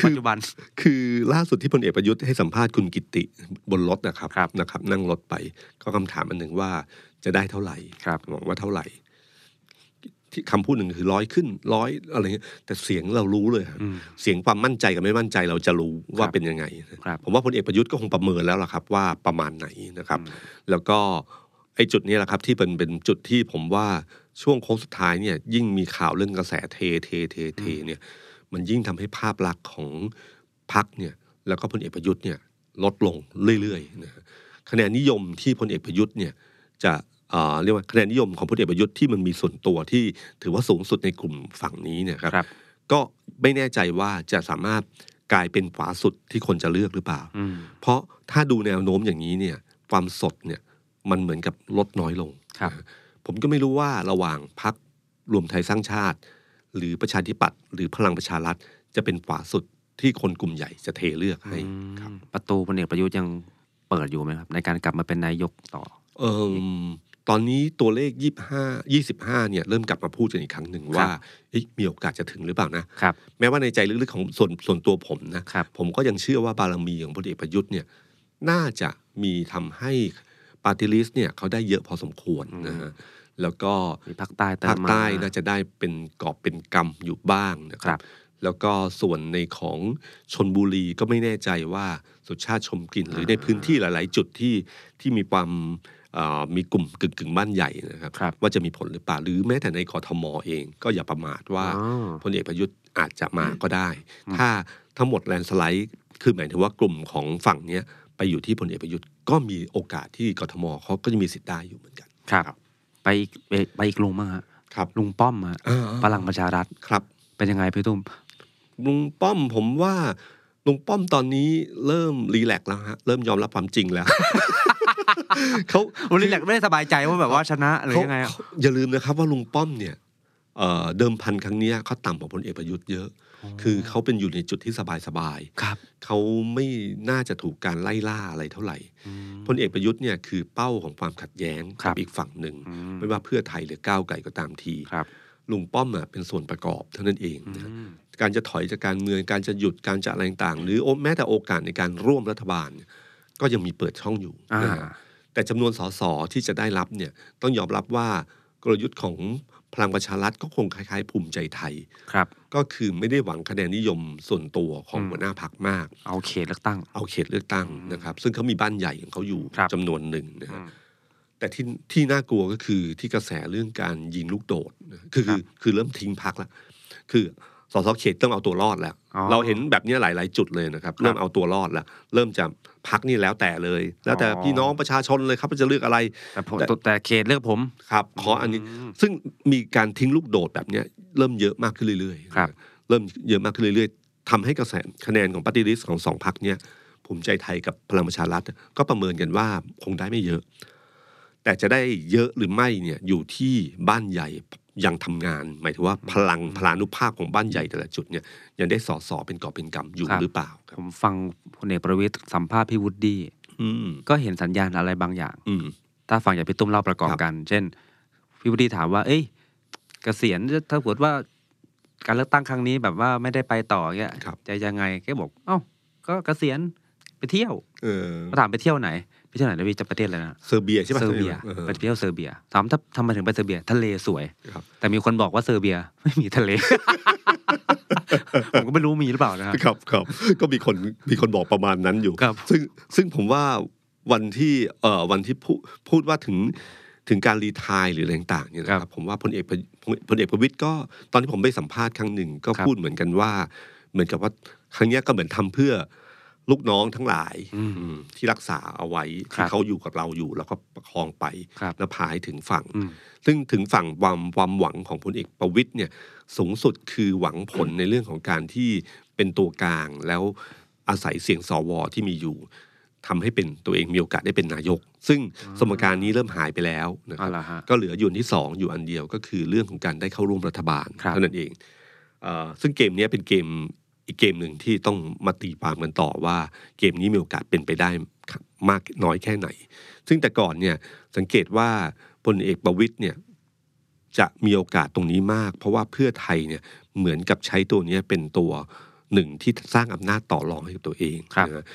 Speaker 3: ปัจจุบัน
Speaker 2: คือล่าสุดที่พลเอกประยุทธ์ให้สัมภาษณ์คุณกิติบนรถนะครับ
Speaker 3: ครับ
Speaker 2: นะครับ นั่งรถไปก็คำถามอันหนึ่งว่าจะได้เท่าไหร่
Speaker 3: ครับ
Speaker 2: หวังว่าเท่าไหร่ ที่คำพูดหนึ่งคือร้อยขึ้นร้อยอะไรเงี้ยแต่เสียงเรารู้เลยครับ
Speaker 3: อืม
Speaker 2: เสียงความมั่นใจกับไม่มั่นใจเราจะรู้ว่าเป็นยังไงนะครับผมว่าพลเอกประยุทธ์ก็คงประเมินแล้วล่ะครับ ว่าประมาณไหนนะครับ
Speaker 3: อืม
Speaker 2: แล้วก็ไอ้จุดนี้แหละครับที่เป็นเป็นจุดที่ผมว่าช่วงโค้งสุดท้ายเนี่ยยิ่งมีข่าวเรื่องกระแสเทเทเทเทเนี่ย มันยิ่งทำให้ภาพลักษณ์ของพรรคเนี่ยแล้วก็พลเอกประยุทธ์เนี่ยลดลงเรื่อยๆนะฮะคะแนนนิยมที่พลเอกประยุทธ์เนี่ยจะเอ่อเรียกว่าคะแนนนิยมของพลเอกประยุทธ์ที่มันมีส่วนตัวที่ถือว่าสูงสุดในกลุ่มฝั่งนี้เนี่ยครับ
Speaker 3: ครับ
Speaker 2: ก็ไม่แน่ใจว่าจะสามารถกลายเป็นขวาสุดที่คนจะเลือกหรือเปล่า
Speaker 3: อืม
Speaker 2: เพราะถ้าดูแนวโน้มอย่างนี้เนี่ยความสดเนี่ยมันเหมือนกับลดน้อยลง
Speaker 3: ครับ
Speaker 2: นะผมก็ไม่รู้ว่าระหว่างพักรวมไทยสร้างชาติ หรือประชาธิปัตย์หรือพลังประชารัฐจะเป็นขวาสุดที่คนกลุ่มใหญ่จะเทเลือกให้ครับ
Speaker 3: ประตูพลเอกประยุทธ์ยังเปิดอยู่ไหมครับ ในการกลับมาเป็นนายกต่อ
Speaker 2: เอมตอนนี้ตัวเลข 25 25เนี่ยเริ่มกลับมาพูดกันอีกครั้งหนึ่งว่าเอ๊ะมีโอกาสจะถึงหรือเปล่านะ
Speaker 3: ครับ
Speaker 2: แม้ว่าในใจลึกๆของส่วนส่วนตัวผมนะ
Speaker 3: ครับ
Speaker 2: ผมก็ยังเชื่อว่าบารมีของพลเอกประยุทธ์เนี่ยน่าจะมีทำให้ปาร์ติลิสเนี่ยเขาได้เยอะพอสมควรนะฮะแล้วก็
Speaker 3: มีภาคใต้เติม
Speaker 2: ภาคใต้
Speaker 3: มา
Speaker 2: น่าจะได้เป็นกอบเป็นกำอยู่บ้างนะค
Speaker 3: ครั
Speaker 2: รับ
Speaker 3: บ
Speaker 2: แล้วก็ส่วนในของชนบุรีก็ไม่แน่ใจว่าสุชาติชมกลิ่นหรือในพื้นที่หลาย ๆ จุดที่ที่มีความเอ่อมีกลุ่มกึ่งกึ่งๆบ้านใหญ่นะครับ
Speaker 3: ครับ
Speaker 2: ว่าจะมีผลหรือเปล่าหรือแม้แต่ในกทมเองก็อย่าประมาทว่า
Speaker 3: อ๋อ
Speaker 2: พลเอกประยุทธ์อาจจะมาก็ได้ ถ้าทั้งหมดแลนด์สไลด์ คือหมายถึงว่ากลุ่มของฝั่งเนี้ยไปอยู่ที่พลเอกประยุทธ์ก็มีโอกาสที่กทมเขาก็จะมีสิทธิ์ได้อยู่เหมือนกัน
Speaker 3: ครับ
Speaker 2: ครับ
Speaker 3: ไปอีกไปไปอีกลุงบ้างฮะ
Speaker 2: ครับ
Speaker 3: ลุงป้อมฮะพลัง
Speaker 2: ง
Speaker 3: ประชารัฐ
Speaker 2: ครับ
Speaker 3: เป็นยังไงพี่ตุ้ม
Speaker 2: ลุงป้อมผมว่าลุงป้อมตอนนี้เริ่มรีแลกซ์แล้วฮะเริ่มยอมรับความจริง
Speaker 3: *laughs*
Speaker 2: แล้ว เขา
Speaker 3: วันนี้แหละไม่ได้สบายใจว่าแบบว่าชนะหรือยังไงอะ
Speaker 2: เขาเขาอย่าลืมนะครับว่าลุงป้อมเนี่ยเอ่อเดิมพันครั้งเนี้ยเขาต่ำกว่าพลเอกประยุทธ์เยอะ คือเขาเป็นอยู่ในจุดที่สบาย
Speaker 3: ครับ
Speaker 2: ๆเขาไม่น่าจะถูกการไล่ล่าอะไรเท่าไหร่พลเอกประยุทธ์เนี่ยคือเป้าของความขัดแย้ง
Speaker 3: ครั
Speaker 2: กับ อีกฝั่งหนึ่ง
Speaker 3: อืม
Speaker 2: ไม่ว่าเพื่อไทยหรือก้าวไกลก็ตามที
Speaker 3: ครับ
Speaker 2: ลุงป้อมอะเป็นส่วนประกอบเท่านั้นเอง
Speaker 3: อื
Speaker 2: นะ
Speaker 3: ม
Speaker 2: การจะถอยจากการเมืองการจะหยุดการจะอะไรต่างๆหรือโอ้แม้แต่โอกาสในการร่วมรัฐบาลเนี่ยก็ยังมีเปิดช่องอยู่
Speaker 3: อ่า
Speaker 2: นะฮะ แต่จำนวนสสที่จะได้รับเนี่ยต้องยอมรับว่ากลยุทธ์ของพลังประชารัฐก็คงคล้ายๆภูมิใจไทย
Speaker 3: ครับ
Speaker 2: ก็คือไม่ได้หวังคะแนนนิยมส่วนตัวของ
Speaker 3: อืม
Speaker 2: หัวหน้าพักมาก
Speaker 3: เอาเขตเลือกตั้ง
Speaker 2: เอาเขตเลือกตั้งนะครับ ซึ่งเขามีบ้านใหญ่ของเขาอยู่
Speaker 3: ครับ
Speaker 2: จำนวนหนึ่งนะ
Speaker 3: อื
Speaker 2: ฮะ
Speaker 3: ม
Speaker 2: แต่ที่ที่น่ากลัวก็คือที่กระแสเรื่องการยิงลูกโดดนะคือ
Speaker 3: ครั
Speaker 2: คือบ คือเริ่มทิ้งพักละคือสสเขตต้องเอาตัวรอดแล้ว
Speaker 3: อ๋อ
Speaker 2: เราเห็นแบบเนี้ยหลาย ๆ จุดเลยนะครับเริ่มเอาตัวรอดแล้วเริ่มจะพักนี่แล้วแต่เลย แล้วแต่
Speaker 3: อ๋อ
Speaker 2: พี่น้องประชาชนเลยครับว่าจะเลือกอะไร
Speaker 3: แต่ผม
Speaker 2: แต่
Speaker 3: แต่เขตเลือกผม
Speaker 2: ครับขออันนี้ซึ่งมีการทิ้งลูกโดดแบบเนี้ยเริ่มเยอะมากขึ้นเรื่อยๆ
Speaker 3: ครับ
Speaker 2: เริ่มเยอะมากขึ้นเรื่อยๆทำให้กระแสคะแนนของปฏิริษของสองพักเนี้ยภูมิใจไทยกับพลังประชารัฐก็ประเมินกันว่าคงได้ไม่เยอะ แต่จะได้เยอะหรือไม่เนี่ยอยู่ที่บ้านใหญ่ ยังทำงาน หมายถึงว่าพลังพลานุภาพของบ้านใหญ่แต่ละจุดเนี่ยยังได้สอดสอเป็นกอบเป็นกำอยู่
Speaker 3: ครับ
Speaker 2: หรือเปล่าครับ
Speaker 3: ผมฟังพลเอกประวิตยสัมภาษณ์พี่วุฒิ
Speaker 2: อืม
Speaker 3: ก็เห็นสัญญาณอะไรบางอย่าง
Speaker 2: อืม
Speaker 3: ถ้าฟังจากพี่ตุ้มเล่าประกอบกัน เช่น พี่วุฒิถามว่า เอ้ยเกษียณถ้าเกิดว่า การเลือกตั้งครั้งนี้แบบว่าไม่ได้ไปต่อเงี้ย
Speaker 2: ครับ
Speaker 3: จะยังไงแกบอก เอ้า ก็เกษียณไปเที่ยว
Speaker 2: เออ
Speaker 3: ก็ถามไปเที่ยวไหนไปเที่ยวไหนนะพี่จะประเทศอะไรนะ
Speaker 2: เซอร์เบียใช่ไหม
Speaker 3: เซอร์เบีย
Speaker 2: ออ
Speaker 3: ไปเที่ยวเซอร์เบียถามถ้าทำไมถึงไปเซอร์เบีย ทะเลสวย
Speaker 2: ครับ
Speaker 3: แต่มีคนบอกว่าเซอร์เบีย *laughs* ไม่มีทะเล ผมก็ไม่รู้มีหรือเปล่านะฮะ
Speaker 2: ครับครับ ก็มีคนมีคนบอกประมาณนั้นอยู่
Speaker 3: ครับ
Speaker 2: ซึ่งซึ่งผมว่าวันที่เอ่อวันที่พูดพูดว่าถึงถึงการรีทายหรืออะไรต่างๆเนี่ยนะครับผมว่าพลเอกประพลเอกประวิตยก็ตอนที่ผมไปสัมภาษณ์ครั้งหนึ่งก็พูดเหมือนกันว่า เหมือนกับว่าครั้งเนี้ยก็เหมือนทำเพื่อลูกน้องทั้งหลายอืมที่รักษาเอาไว้
Speaker 3: ครั
Speaker 2: ที่
Speaker 3: บ
Speaker 2: เขาอยู่กับเราอยู่ แล้วก็ประคองไป
Speaker 3: ครับ
Speaker 2: แล้วพาให้ถึงฝั่ง
Speaker 3: อืม
Speaker 2: ซึ่งถึงฝั่งความความหวังของพลเอกประวิตยเนี่ยสูงสุดคือหวังผลในเรื่องของการที่เป็นตัวกลางแล้วอาศัยเสียงสวที่มีอยู่ทำให้เป็นตัวเองมีโอกาสได้เป็นนายก ซึ่งสมการนี้เริ่มหายไปแล้วนะครั
Speaker 3: เอาล่ะฮะ
Speaker 2: ก็เหลืออยู่อันที่สองอยู่อันเดียวก็คือเรื่องของการได้เข้าร่วมรัฐบาล
Speaker 3: ครับ
Speaker 2: เท่านั้นเองเอ่อซึ่งเกมเนี้ยเป็นเกมอีกเกมหนึ่งที่ต้องมาตีความกันต่อว่าเกมนี้มีโอกาสเป็นไปได้มากน้อยแค่ไหน ซึ่งแต่ก่อนเนี่ยสังเกตว่าพลเอกประวิตยเนี่ยจะมีโอกาสตรงนี้มาก เพราะว่าเพื่อไทยเนี่ยเหมือนกับใช้ตัวเนี้ยเป็นตัวหนึ่งที่สร้างอำนาจต่อรองให้กับตัวเอง
Speaker 3: ครับ
Speaker 2: นะฮะ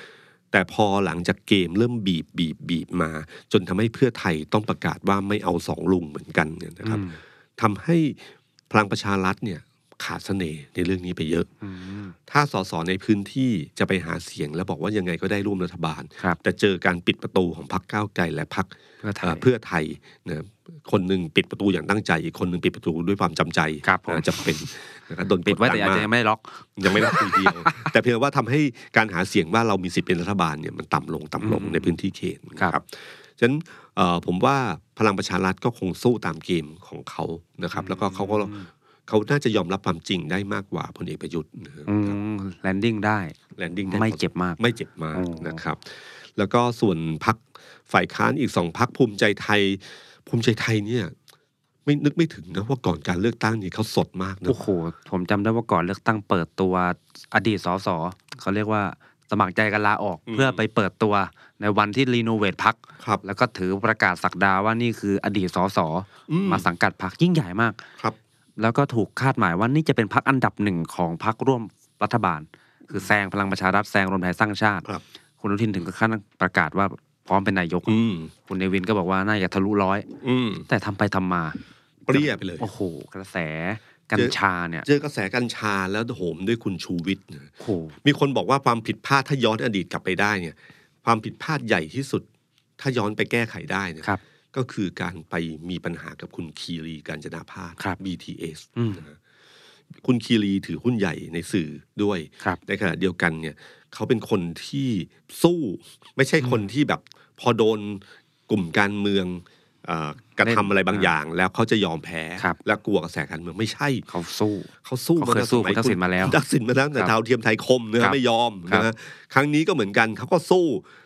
Speaker 2: แต่พอหลังจากเกมเริ่มบีบบีบบีบมา จนทำให้เพื่อไทยต้องประกาศว่าไม่เอาสองลุงเหมือนกันเนี่ยนะครับ
Speaker 3: อืม
Speaker 2: ทำให้พลังประชารัฐเนี่ยขาดเสน่ห์ในเรื่องนี้ไปเยอะ
Speaker 3: อืม
Speaker 2: ถ้าสสในพื้นที่จะไปหาเสียง แล้วบอกว่ายังไงก็ได้ร่วมรัฐบาล
Speaker 3: ครับ
Speaker 2: แต่เจอการปิดประตูของพรรคก้าวไกลและพรรค
Speaker 3: เพื่อไท
Speaker 2: เอ่อย เพื่อไทยนะครับคนหนึ่งปิดประตูอย่างตั้งใจ อีกคนหนึ่งปิดประตูด้วยความจำใจ
Speaker 3: ครับผม
Speaker 2: นะจำเป็นนะครับโดนก
Speaker 3: ปิดไว้
Speaker 2: น
Speaker 3: แต่อาจจะยังไม่ได้ล็อก
Speaker 2: ยังไม่ได้ทีเดียว แต่เพียงว่าทำให้การหาเสียงว่าเรามีสิทธิ์เป็นรัฐบาลเนี่ยมันต่ำลงต่ำลง
Speaker 3: อืม
Speaker 2: ในพื้นที่เขตนะครับ ฉะนั้นเอ่อผมว่าพลังประชารัฐก็คงสู้ตามเกมของเขานะครับ แล้วก็เขาก็
Speaker 3: อืม
Speaker 2: เขาน่าจะยอมรับความจริงได้มากกว่าพลเอกประยุทธ์นะครับ
Speaker 3: อืมแลนดิ้งได้
Speaker 2: แลนดิ้ง
Speaker 3: ไม่เจ็บมาก
Speaker 2: ไม่เจ็บมาก
Speaker 3: อ๋อ
Speaker 2: นะครับ แล้วก็ส่วนพักฝ่ายค้านอีกสองพักภูมิใจไทย ภูมิใจไทยเนี่ย ไม่นึกไม่ถึงนะว่าก่อนการเลือกตั้งเนี่ยเขาสดมากนะ
Speaker 3: โอ้โห ผมจำได้ว่าก่อนเลือกตั้งเปิดตัวอดีตสสเขาเรียกว่าสมัครใจกันลาออกเพื่อไปเปิดตัวในวันที่รีโนเวทพัก
Speaker 2: ครับ
Speaker 3: แล้วก็ถือประกาศสักดาว่านี่คืออดีตสส
Speaker 2: อืม
Speaker 3: มาสังกัดพักยิ่งใหญ่มาก
Speaker 2: ครับ
Speaker 3: แล้วก็ถูกคาดหมายว่านี่จะเป็นพักอันดับหนึ่งของพักร่วมรัฐบาล คือแซงพลังประชารัฐแซงรวมไทยสร้างชาติ
Speaker 2: ครับ
Speaker 3: คุณอนุทินถึงกับขั้นประกาศว่าพร้อมเป็นนายก
Speaker 2: อืม
Speaker 3: คุณเนวินก็บอกว่าน่าจะทะลุร้อย
Speaker 2: อืม
Speaker 3: แต่ทำไปทำมา
Speaker 2: เปรี้ยไปเลย
Speaker 3: โอ้โห กระแสกัญชาเนี่ย
Speaker 2: เจอกระแสกัญชาแล้วโหมด้วยคุณชูวิทย์นะ
Speaker 3: โอ้โห
Speaker 2: มีคนบอกว่าความผิดพลาดถ้าย้อนอดีตกลับไปได้เนี่ย ความผิดพลาดใหญ่ที่สุด ถ้าย้อนไปแก้ไขได้เนย
Speaker 3: ครับ
Speaker 2: ก็คือการไปมีปัญหากับคุณคีรีการจนาภาส
Speaker 3: ครับ
Speaker 2: BTS
Speaker 3: อืม
Speaker 2: นะฮะคุณคีรีถือหุ้นใหญ่ในสื่อด้วย
Speaker 3: ครับ
Speaker 2: ในขณะเดียวกันเนี่ยเขาเป็นคนที่สู้ไม่ใช่คนที่แบบพอโดนกลุ่มการเมืองเอ่อกระทำอะไรบางอย่าง แล้วเขาจะยอมแพ้
Speaker 3: ครับ
Speaker 2: และกลัวกระแสการเมืองไม่ใช่
Speaker 3: เขาสู้
Speaker 2: เขาสู้
Speaker 3: เขาเคยสู้
Speaker 2: ตั้งแต่
Speaker 3: คุณทักษิณมาแล้ว
Speaker 2: คุณทักษิณมาแล้วแต่
Speaker 3: ครับ
Speaker 2: ดาวเทียมไทยคมเนื้
Speaker 3: ครั
Speaker 2: อบ ไม่ยอม
Speaker 3: ครับ
Speaker 2: นะฮะครั้งนี้ก็เหมือนกันเขาก็สู้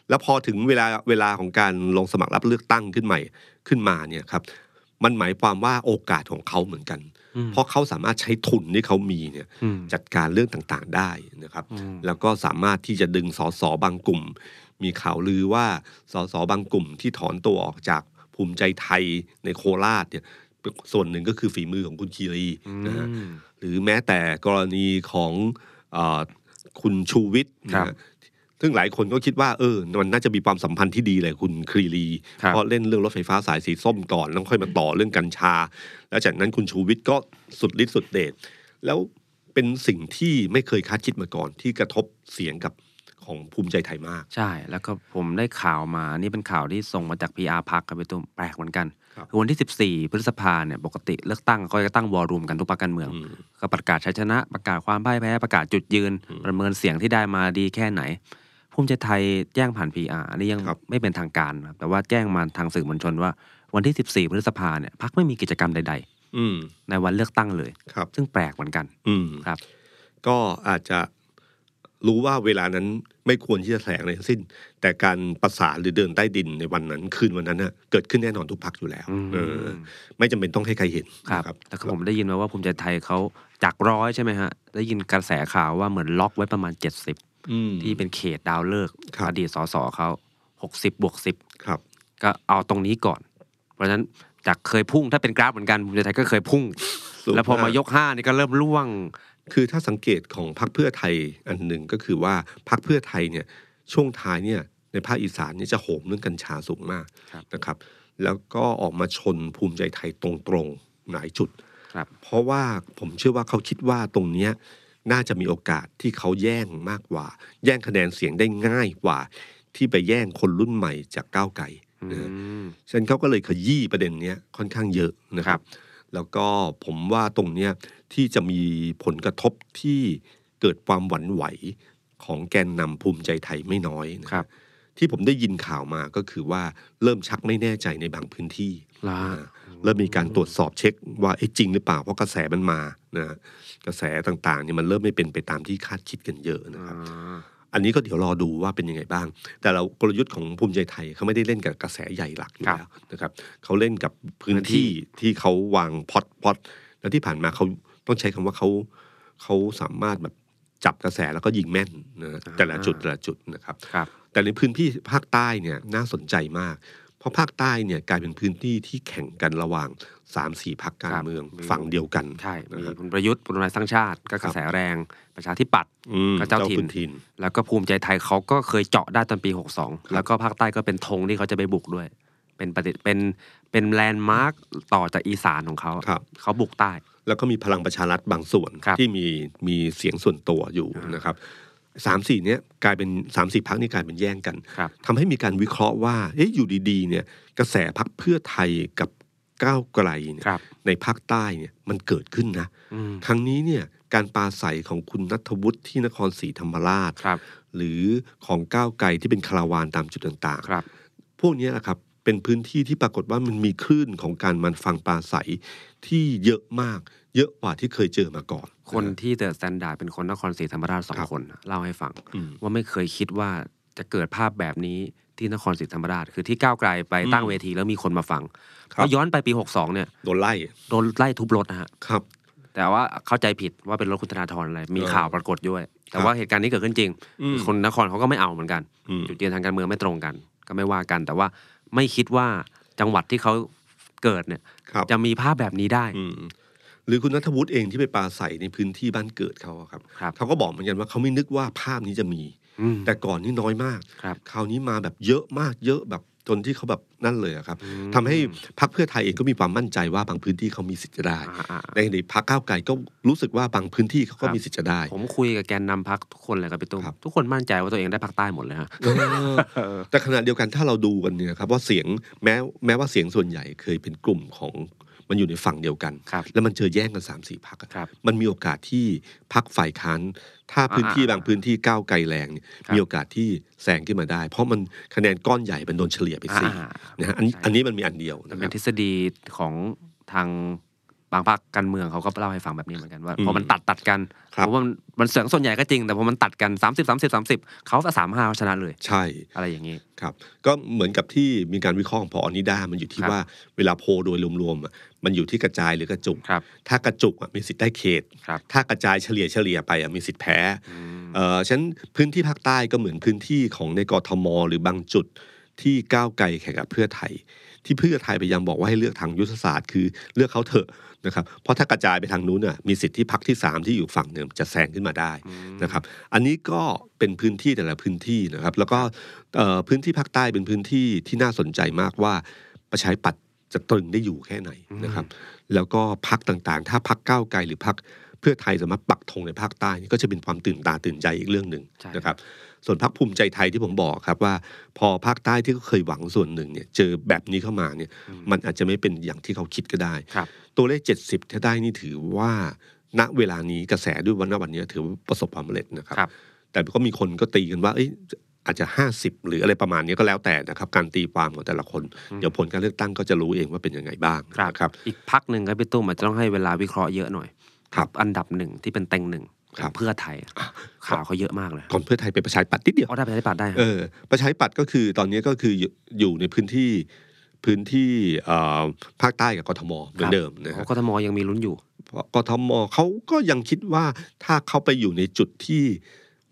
Speaker 2: แล้วพอถึงเวลาเวลาของการลงสมัครรับเลือกตั้งขึ้นใหม่ขึ้นมาเนี่ยครับ มันหมายความว่าโอกาสของเขาเหมือนกัน เพราะเขาสามารถใช้ทุนที่เขามีเนี่ย
Speaker 3: อืม
Speaker 2: จัดการเรื่องต่างๆได้นะครับ
Speaker 3: อืม
Speaker 2: แล้วก็สามารถที่จะดึงสสบางกลุ่ม มีข่าวลือว่าสสบางกลุ่มที่ถอนตัวออกจากภูมิใจไทยในโคราชเนี่ยส่วนหนึ่งก็คือฝีมือของคุณคีรีนะฮะ
Speaker 3: อืม
Speaker 2: หรือแม้แต่กรณีของเออคุณชูวิทย์นะ
Speaker 3: ครั
Speaker 2: ฮะ
Speaker 3: บ
Speaker 2: ซึ่งหลายคนก็คิดว่าเออมันน่าจะมีความสัมพันธ์ที่ดีเลยคุณคีรี
Speaker 3: ครับ
Speaker 2: เพราะเล่นเรื่องรถไฟฟ้าสายสีส้มก่อนแล้วค่อยมาต่อเรื่องกัญชา แล้วจากนั้นคุณชูวิทย์ก็สุดฤทธิ์สุดเดช แล้วเป็นสิ่งที่ไม่เคยคาดคิดมาก่อนที่กระทบเสียงกับของภูมิใจไทยมาก
Speaker 3: ใช่ แล้วก็ผมได้ข่าวมา นี่เป็นข่าวที่ส่งมาจาก PR พักครับพี่ตุ้มแปลกเหมือนกัน
Speaker 2: ครับ
Speaker 3: คือวันที่ 14 พฤษภาเนี่ย ปกติเลือกตั้งก็จะตั้งวอลลุ่มกันทุกพรรคการเมือง ก็ประกาศชัยชนะ ประกาศความพ่ายแพ้ ประกาศจุดยืน ประเมินเสียงที่ได้มาดีแค่ไหน ภูมิใจไทยแจ้งผ่าน PR อันนี้ยัง
Speaker 2: ครับ
Speaker 3: ไม่เป็นทางการนะครับแต่ว่าแจ้งมาทางสื่อมวลชนว่า วันที่ 14 พฤษภาเนี่ยพักไม่มีกิจกรรมใด
Speaker 2: อืม
Speaker 3: ๆ ในวันเลือกตั้งเลย
Speaker 2: ครับ
Speaker 3: ซึ่งแปลกเหมือนกัน
Speaker 2: อืม
Speaker 3: ครับ
Speaker 2: ก็อาจจะ รู้ว่าเวลานั้นไม่ควรที่จะแถลงอะไรทั้งสิ้น แต่การประสานหรือเดินใต้ดินในวันนั้นคืนวันนั้นน่ะเกิดขึ้นแน่นอนทุกพักอยู่แล้ว
Speaker 3: อืม
Speaker 2: เออ ไม่จำเป็นต้องให้ใครเห็น
Speaker 3: ครับ
Speaker 2: นะ
Speaker 3: แต่ผมได้ยินมาว่าภูมิใจไทยเขาจากร้อยใช่ไหมฮะ ได้ยินกระแสข่าวว่าเหมือนล็อกไว้ประมาณ 70
Speaker 2: อืม
Speaker 3: ที่เป็นเขตดาวเลิกษ์
Speaker 2: ครับ
Speaker 3: อดีตสสเขา60บวก10
Speaker 2: ครับ
Speaker 3: ก็เอาตรงนี้ก่อน เพราะฉะนั้นจากเคยพุ่งถ้าเป็นกราฟเหมือนกันภูมิใจไทยก็เคยพุ่ง
Speaker 2: สูง
Speaker 3: แล้วพ
Speaker 2: มาม
Speaker 3: อาก ยกห้านี่ก็เริ่มร่วง
Speaker 2: คือถ้าสังเกตของพรรคเพื่อไทยอันหนึ่งก็คือว่าพรรคเพื่อไทยเนี่ยช่วงท้ายเนี่ยในภาคอีสานเนี่ยจะโหมเรื่องกัญชาสูงมาก
Speaker 3: ครับ
Speaker 2: นะครับ แล้วก็ออกมาชนภูมิใจไทยตรงๆหลายจุด
Speaker 3: ครับ
Speaker 2: เพราะว่าผมเชื่อว่าเขาคิดว่าตรงเนี้ยน่าจะมีโอกาสที่เขาแย่งมากกว่า แย่งคะแนนเสียงได้ง่ายกว่า ที่ไปแย่งคนรุ่นใหม่จากก้าวไกลนะฮะ ฉะนันเขาก็เลยขยี้ประเด็นเนี้ยค่อนข้างเยอะนะครับ แล้วก็ผมว่าตรงเนี้ยที่จะมีผลกระทบที่เกิดความหวั่นไหวของแกนนำภูมิใจไทยไม่น้อยนะครับ ที่ผมได้ยินข่าวมาก็คือว่าเริ่มชักไม่แน่ใจในบางพื้นที่
Speaker 3: ลา
Speaker 2: อ่าเริ่มมีการตรวจสอบเช็คว่าเอ๊ะจริงหรือเปล่าเพราะกระแสมันมานะกระแสต่างๆเนี่ยมันเริ่มไม่เป็นไปตามที่คาดคิดกันเยอะนะครับ อันนี้ก็เดี๋ยวรอดูว่าเป็นยังไงบ้าง แต่เรากลยุทธ์ของภูมิใจไทยเขาไม่ได้เล่นกับกระแสใหญ่หลักอยู่
Speaker 3: ครับ
Speaker 2: แล้วนะครับเขาเล่นกับพื้นที่ที่เขาวางพอตพอตแล้วที่ผ่านมาเขาต้องใช้คำว่าเขาเขาสามารถแบบจับกระแสแล้วก็ยิงแม่นนะ
Speaker 3: อ่า
Speaker 2: แต่ละจุดแต่ละจุดนะครับ
Speaker 3: ครับ
Speaker 2: แต่ในพื้นที่ภาคใต้เนี่ยน่าสนใจมาก เพราะภาคใต้เนี่ยกลายเป็นพื้นที่ที่แข่งกันระหว่างสามสี่พักการ
Speaker 3: ครับ
Speaker 2: เมือง
Speaker 3: มี
Speaker 2: ฝั่งเดียวกัน
Speaker 3: ใช่
Speaker 2: นะ
Speaker 3: มี
Speaker 2: ครับ
Speaker 3: คุณประยุทธ์คุณนายสร้างชาติก็กระแสแรงประชาธิปัตย์
Speaker 2: อืม
Speaker 3: กับเจ้าถิ่น
Speaker 2: คุณถิ่น
Speaker 3: แล้วก็ภูมิใจไทยเขาก็เคยเจาะได้ตอนปี 62 แล้วก็ภาคใต้ก็เป็นธงที่เขาจะไปบุกด้วย เป็นปฏิเป็นเป็นแลนด์มาร์กต่อจากอีสานของเขา
Speaker 2: ครับ
Speaker 3: เขาบุกใต้
Speaker 2: แล้วก็มีพลังประชารัฐบางส่วน
Speaker 3: ครับ
Speaker 2: ที่มีมีเสียงส่วนตัวอยู่นะครับสามสี่เนี้ยกลายเป็นสามสี่พักนี่กลายเป็นแย่งกัน
Speaker 3: ครับ
Speaker 2: ทำให้มีการวิเคราะห์ว่าเอ๊ะอยู่ดีๆเนี่ยกระแสพักเพื่อไทยกับก้าวไกลเนี่ย
Speaker 3: ครับ
Speaker 2: ในภาคใต้เนี่ยมันเกิดขึ้นนะ
Speaker 3: อืม
Speaker 2: ครั้งนี้เนี่ยการปราศัยของคุณนัทวุฒิที่นครศรีธรรมราช
Speaker 3: ครับ
Speaker 2: หรือของก้าวไกลที่เป็นคาราวานตามจุดต่างๆ
Speaker 3: ครับ
Speaker 2: พวกเนี้ยแหละครับเป็นพื้นที่ที่ปรากฏว่ามันมีคลื่นของการมันฟังปลาใสที่เยอะมาก เยอะกว่าที่เคยเจอมาก่อน
Speaker 3: คน
Speaker 2: นะ
Speaker 3: ที่เดอะสแตนดาร์ดเป็นคนนครศรีธรรมราชสอง
Speaker 2: ครับ
Speaker 3: คนน่ะเล่าให้ฟัง
Speaker 2: อืม
Speaker 3: ว่าไม่เคยคิดว่าจะเกิดภาพแบบนี้ที่นครศรีธรรมราช คือที่ก้าวไกลไปตั้งเวทีแล้วมีคนมาฟัง
Speaker 2: ครับ
Speaker 3: ก็ย้อนไปปี 62 เนี่ย
Speaker 2: โดนไล่
Speaker 3: โดนไล่ทุบรถนะฮะ
Speaker 2: ครับ
Speaker 3: แต่ว่าเข้าใจผิดว่าเป็นรถคุณธนาธรอะไร มี
Speaker 2: เออ
Speaker 3: ข่าวปรากฏด้วย แต่
Speaker 2: ครับ
Speaker 3: ว่าเหตุการณ์นี้เกิดขึ้นจริง
Speaker 2: อืม
Speaker 3: คนนครเขาก็ไม่เอาเหมือนกัน
Speaker 2: อืม
Speaker 3: จุดยืนทางการเมืองไม่ตรงกัน ก็ไม่ว่ากัน แต่ว่าไม่คิดว่าจังหวัดที่เขาเกิดเนี่ย
Speaker 2: ครับ
Speaker 3: จะมีภาพแบบนี้ได้
Speaker 2: อืมหรือคุณนัทวุฒิเองที่ไปปลาใสในพื้นที่บ้านเกิดเขาอะครับ
Speaker 3: ครับ
Speaker 2: เขาก็บอกเหมือนกันว่าเขาไม่นึกว่าภาพนี้จะมี
Speaker 3: อืม
Speaker 2: แต่ก่อนนี่น้อยมาก
Speaker 3: ครับ
Speaker 2: คราวนี้มาแบบเยอะมากเยอะแบบจนที่เขาแบบนั่นเลยอะครับ
Speaker 3: อืม
Speaker 2: ทำให้พักเพื่อไทยเองก็มีความมั่นใจว่าบางพื้นที่เขามีสิทธิ์จะได้
Speaker 3: อ่าๆ
Speaker 2: ในขณะที่พักก้าวไกลก็รู้สึกว่าบางพื้นที่เขาก็มีสิทธิ์จะได้
Speaker 3: ผมคุยกับแกนนำพักทุกคนเลยครับพี่ตุ้ม
Speaker 2: ครับ
Speaker 3: ทุกคนมั่นใจว่าตัวเองได้พักใต้หมดเลยฮะ
Speaker 2: เออแต่ขณะเดียวกันถ้าเราดูกันเนี่ยครับว่าเสียงแม้แม้ว่า *laughs* เสียงส่วนใหญ่เคยเป็นกลุ่มของมันอยู่ในฝั่งเดียวกัน
Speaker 3: ครับ
Speaker 2: แล้วมันเจอแย่งกัน3ามสี่พักอะ
Speaker 3: ครับ
Speaker 2: มันมีโอกาสที่พักฝ่ายค้านถ้าพื้นที่
Speaker 3: อ่า
Speaker 2: บางพื้นที่ก้าวไกลแรงเนี่ย
Speaker 3: ครับ
Speaker 2: มีโอกาสที่แซงขึ้นมาได้ เพราะมันคะแนนก้อนใหญ่เป็นโดนเฉลี่ยไปสี่
Speaker 3: อ่า
Speaker 2: นะฮะอันนี้อันนี้มันมีอันเดียว
Speaker 3: แต่
Speaker 2: นะค
Speaker 3: เป็
Speaker 2: รั
Speaker 3: น
Speaker 2: บ
Speaker 3: ทฤษฎีของทางบางภาคการเมืองเขาก็เล่าให้ฟังแบบนี้เหมือนกันว่า
Speaker 2: อืม
Speaker 3: พอมันตัดตัดกัน
Speaker 2: ครับ
Speaker 3: เพราะว่ามันมันเสียงส่วนใหญ่ก็จริง แต่พอมันตัดกัน 30 30 30 เขาสามห้าชนะเลย
Speaker 2: ใช่
Speaker 3: อะไรอย่างนี้
Speaker 2: ครับก็เหมือนกับที่มีการวิเคราะห์ของพออนิด้ามันอยู่ที่
Speaker 3: ครับ
Speaker 2: ว่าเวลาโพลโดยรวมๆอ่ะมันอยู่ที่กระจายหรือกระจุก
Speaker 3: ครับ
Speaker 2: ถ้ากระจุกอ่ะมีสิทธิ์ได้เขต
Speaker 3: ครับ
Speaker 2: ถ้ากระจายเฉลี่ยเฉลี่ยไปอ่ะมีสิทธิ์แพ้เอ่อฉะนันพื้นที่ภาคใต้ก็เหมือนพื้นที่ของในกรทม หรือบางจุดที่ก้าวไกลแข่งกับเพื่อไทย ที่เพื่อไทยพยายามบอกว่าให้เลือกทางยุทธศาสตร์ คือเลือกเขาเถอะนะครับเพราะถ้ากระจายไปทางนู้นน่ะมีสิทธิ์ที่พักที่สามที่อยู่ฝั่งเดิมจะแซงขึ้นมาได้นะครับอันนี้ก็เป็นพื้นที่แต่ละพื้นที่นะครับแล้วก็เอ่อพื้นที่ภาคใต้เป็นพื้นที่ที่น่าสนใจมากว่าประชาธิปัตย์จะตรึงได้อยู่แค่ไหนนะครับแล้วก็พักต่างๆ ถ้าพักก้าวไกลหรือพักเพื่อไทยสามารถปักธงในภาคใต้นี่ก็จะเป็นความตื่นตาตื่นใจอีกเรื่องหนึ่ง
Speaker 3: ใช่
Speaker 2: นะครับส่วนพักภูมิใจไทยที่ผมบอกครับว่าพอภาคใต้ที่เขาเคยหวังส่วนหนึ่งเนี่ยเจอแบบนี้เข้ามาเนี่ย มันอาจจะไม่เป็นอย่างที่เขาคิดก็ได้
Speaker 3: ครับ
Speaker 2: ตัวเลข 70 ถ้าได้นี่ถือว่า ณเวลานี้กระแสด้วยวันณวันนี้ถือว่าประสบความสำเร็จนะครับ
Speaker 3: ครับ
Speaker 2: แต่ก็มีคนก็ตีกันว่าเอ้ยอาจจะ 50 หรืออะไรประมาณนี้ก็แล้วแต่นะครับ การตีความของแต่ละคน เดี๋ยวผลการเลือกตั้งก็จะรู้เองว่าเป็นยังไงบ้างนะครับ
Speaker 3: อีกพักหนึ่งครับพี่ตุ้มอาจจะต้องให้เวลาวิเคราะห์เยอะหน่อย
Speaker 2: ครับ
Speaker 3: อันดับหนึ่งที่เป็นเต็งหนึ่ง
Speaker 2: ครับ
Speaker 3: เพื่อไทยข่าวเขาเยอะมากเลย
Speaker 2: ก่อนเพื่อไทยเป็นประชาธิปัตย์นิดเดียว
Speaker 3: เขาได้ประชาธิปัตย์ได้
Speaker 2: เออประชาธิปัตย์ก็คือตอนนี้ก็คืออยู่อยู่ในพื้นที่พื้นที่เอ่อภาคใต้กับกทมเหมือนเดิมนะ
Speaker 3: ค
Speaker 2: ค
Speaker 3: รั
Speaker 2: รั
Speaker 3: บบ กทมยังมีลุ้นอยู่
Speaker 2: เพราะกทมเขาก็ยังคิดว่าถ้าเขาไปอยู่ในจุดที่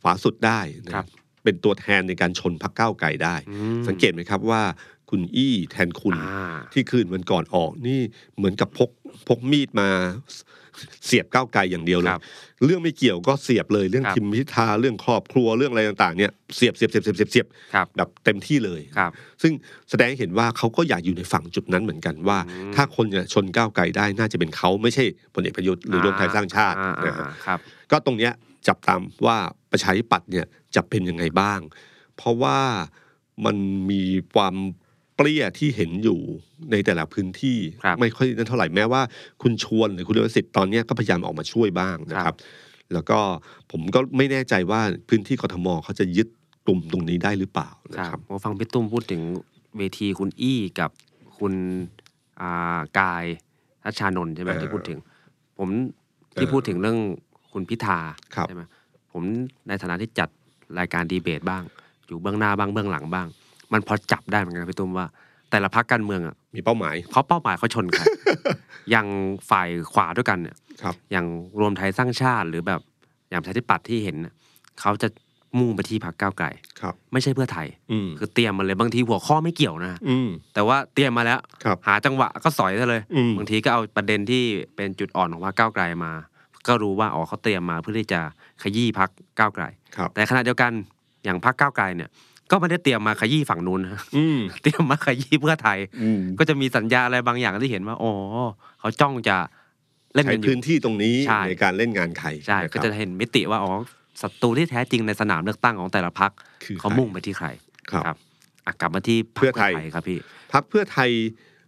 Speaker 2: ฝาสุดได้นะครับ เป็นตัวแทนในการชนพักก้าวไกลได้
Speaker 3: อืม
Speaker 2: สังเกตไหมครับว่าคุณอี้แทนคุณ
Speaker 3: อ่า
Speaker 2: ที่คืนวันก่อนออกนี่เหมือนกับพกพกมีดมาเสียบก้าวไกลอย่างเดียวเลย
Speaker 3: ครับ
Speaker 2: เรื่องไม่เกี่ยวก็เสียบเลยเรื่อง
Speaker 3: ครับ
Speaker 2: ทิมพิธาเรื่องครอบครัวเรื่องอะไรต่างๆเนี่ยเสียบเสียบเสียบเสียบเสียบเสียบ
Speaker 3: ครับ
Speaker 2: แบบเต็มที่เลย
Speaker 3: ครับ
Speaker 2: ซึ่งแสดงให้เห็นว่าเขาก็อยากอยู่ในฝั่งจุดนั้นเหมือนกันว่า
Speaker 3: อืม
Speaker 2: ถ้าคนจะชนก้าวไกลได้น่าจะเป็นเขาไม่ใช่พลเอกประยุทธ์หรือรวมไทยสร้างชาติ
Speaker 3: อ่
Speaker 2: นะฮะ
Speaker 3: อ่าครับ
Speaker 2: ก็ตรงเนี้ยจับตามว่าประชาธิปัตย์เนี่ยจะเป็นยังไงบ้าง เพราะว่ามันมีความเปรี้ยที่เห็นอยู่ในแต่ละพื้นที่
Speaker 3: ครับ
Speaker 2: ไม่ค่อยนั่นเท่าไหร่แม้ว่า คุณชวนหรือคุณเลวสิทธิ์ตอนเนี้ยก็พยายามออกมาช่วยบ้างนะครับ แล้วก็ผมก็ไม่แน่ใจว่าพื้นที่กทมเขาจะยึดกลุ่มตรงนี้ได้หรือเปล่า
Speaker 3: ค
Speaker 2: นะ
Speaker 3: รับ
Speaker 2: ครับ
Speaker 3: ผมฟังพี่ตุ้มพูดถึงเวทีคุณอี้กับคุณอ่ากายทัชชานนท์ใช่ไหม
Speaker 2: เออ
Speaker 3: ที่พูดถึง ผมที่พูดถึงเรื่องคุณพิธา
Speaker 2: ครับ
Speaker 3: ใช่ไหมผมในฐานะที่จัดรายการดีเบตบ้าง อยู่เบื้องหน้าบ้างเบื้องหลังบ้าง มันพอจับได้เหมือนกันนะพี่ตุ้มว่า แต่ละพรรคการเมืองอ่ะ
Speaker 2: มีเป้าหมาย
Speaker 3: เขาเป้าหมายเขาชน
Speaker 2: *laughs*
Speaker 3: กัน อย่างฝ่ายขวาด้วยกันเนี่ย
Speaker 2: ครับ
Speaker 3: อย่างรวมไทยสร้างชาติหรือแบบอย่างประชาธิปัตย์ที่เห็นน่ะเขาจะมุ่งไปที่พรรคก้าวไกล
Speaker 2: ครับ
Speaker 3: ไม่ใช่เพื่อไทย
Speaker 2: อืม
Speaker 3: คือเตรียมมาเลยบางทีหัวข้อไม่เกี่ยวนะ
Speaker 2: อืม
Speaker 3: แต่ว่าเตรียมมาแล้ว
Speaker 2: ครับ
Speaker 3: หาจังหวะก็สอยซะเลย
Speaker 2: อืม
Speaker 3: บางทีก็เอาประเด็นที่เป็นจุดอ่อนของพรรคก้าวไกลมา ก็รู้ว่าอ๋อเขาเตรียมมาเพื่อที่จะขยี้พรรคก้าวไกล
Speaker 2: ครับ
Speaker 3: แต่ขณะเดียวกันอย่างพรรคก้าวไกลเนี่ย ก็ไม่ได้เตรียมมาขยี้ฝั่งนู้นนะ *laughs*
Speaker 2: อืม
Speaker 3: เตรียมมาขยี้เพื่อไทย
Speaker 2: อืม
Speaker 3: ก็จะมีสัญญาอะไรบางอย่างที่เห็นว่าอ๋อเขาจ้องจะเล่น
Speaker 2: ใช้
Speaker 3: กันอยู่
Speaker 2: พื้นที่ตรงนี้
Speaker 3: ใช่
Speaker 2: ในการเล่นงานใคร
Speaker 3: ใช่
Speaker 2: นค
Speaker 3: ก็
Speaker 2: รับ
Speaker 3: จะเห็นมิติว่าอ๋อศัตรูที่แท้จริงในสนามเลือกตั้งของแต่ละพรรค
Speaker 2: คือ
Speaker 3: เขา
Speaker 2: ใคร
Speaker 3: มุ่งไปที่ใคร
Speaker 2: ครับ
Speaker 3: ครับอ่ะกลับมาที่พรรค
Speaker 2: เพื่อไทย
Speaker 3: ครับพี่
Speaker 2: พักเพื่อไทย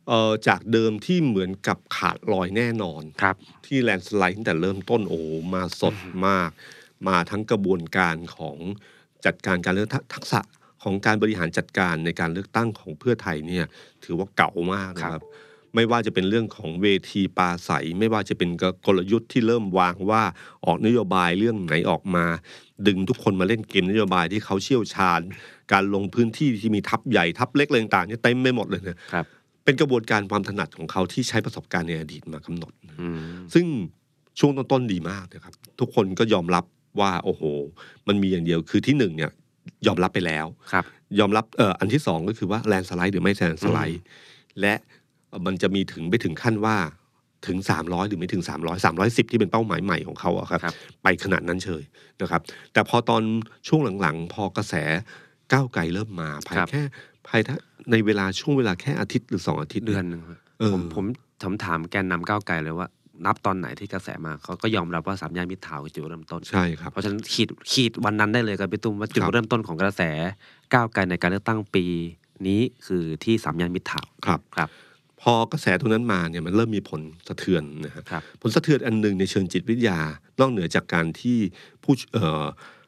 Speaker 2: เอ่อจากเดิมที่เหมือนกับขาดลอยแน่นอน
Speaker 3: ครับ
Speaker 2: ที่แลนด์สไลด์ตั้งแต่เริ่มต้นโอ้โหมาสดมาก มาทั้งกระบวนการของจัดการการเลือกตั้งทักษะของการบริหารจัดการในการเลือกตั้งของเพื่อไทยเนี่ยถือว่าเก่ามากนะค
Speaker 3: ครั
Speaker 2: รับ
Speaker 3: บ
Speaker 2: ไม่ว่าจะเป็นเรื่องของเวทีปลาใสไม่ว่าจะเป็นกลยุทธ์ที่เริ่มวางว่าออกนโยบายเรื่องไหนออกมา ดึงทุกคนมาเล่นเกมนโยบายที่เขาเชี่ยวชาญ การลงพื้นที่ที่มีทัพใหญ่ทัพเล็กอะไรต่างๆเนี่ยเต็มไปหมดเลยเนี่ย
Speaker 3: ครับ
Speaker 2: เป็นกระบวนการความถนัดของเขาที่ใช้ประสบการณ์ในอดีตมากำหนด
Speaker 3: อืม
Speaker 2: ซึ่งช่วงต้นๆดีมากนะครับ ทุกคนก็ยอมรับว่าโอ้โห มันมีอย่างเดียวคือที่หนึ่งเนี่ยยอมรับไปแล้ว
Speaker 3: ครับ
Speaker 2: ยอมรับเอ่ออันที่สองก็คือว่าแลนสไลด์หรือไม่แลนสไลด์ และมันจะมีถึงไปถึงขั้นว่าถึง 300 หรือไม่ถึง 300 310 ที่เป็นเป้าหมายใหม่ของเขาอะครับ
Speaker 3: ครับ
Speaker 2: ไปขนาดนั้นเฉยนะครับ แต่พอตอนช่วงหลังๆ พอกระแสก้าวไกลเริ่มมาภาย
Speaker 3: ครับ
Speaker 2: แค่ภายในเวลาช่วงเวลาแค่อาทิตย์หรือสองอาทิตย์
Speaker 3: เดือน
Speaker 2: ย
Speaker 3: หนึ่งครับ
Speaker 2: เออ
Speaker 3: ผมผมถามถามแกนนำก้าวไกลเลยว่า นับตอนไหนที่กระแสมาเขาก็ยอมรับว่าสามย่านมิตรทาวน์คือจุดเริ่มต้น
Speaker 2: ใช่ครับ
Speaker 3: เพราะฉะนั้นขีดขีดวันนั้นได้เลยครับพี่ตุ้มว่าจุด
Speaker 2: ครับ
Speaker 3: เริ่มต้นของกระแสก้าวไกลในการเลือกตั้งปีนี้คือที่สามย่านมิตรทาวน์
Speaker 2: ครับ
Speaker 3: ครับ
Speaker 2: พอกระแสตรงนั้นมาเนี่ยมันเริ่มมีผลสะเทือนนะฮะ
Speaker 3: ครับ
Speaker 2: ผลสะเทือนอันหนึ่งในเชิงจิตวิทยานอกเหนือจากการที่ผู้เอ่อ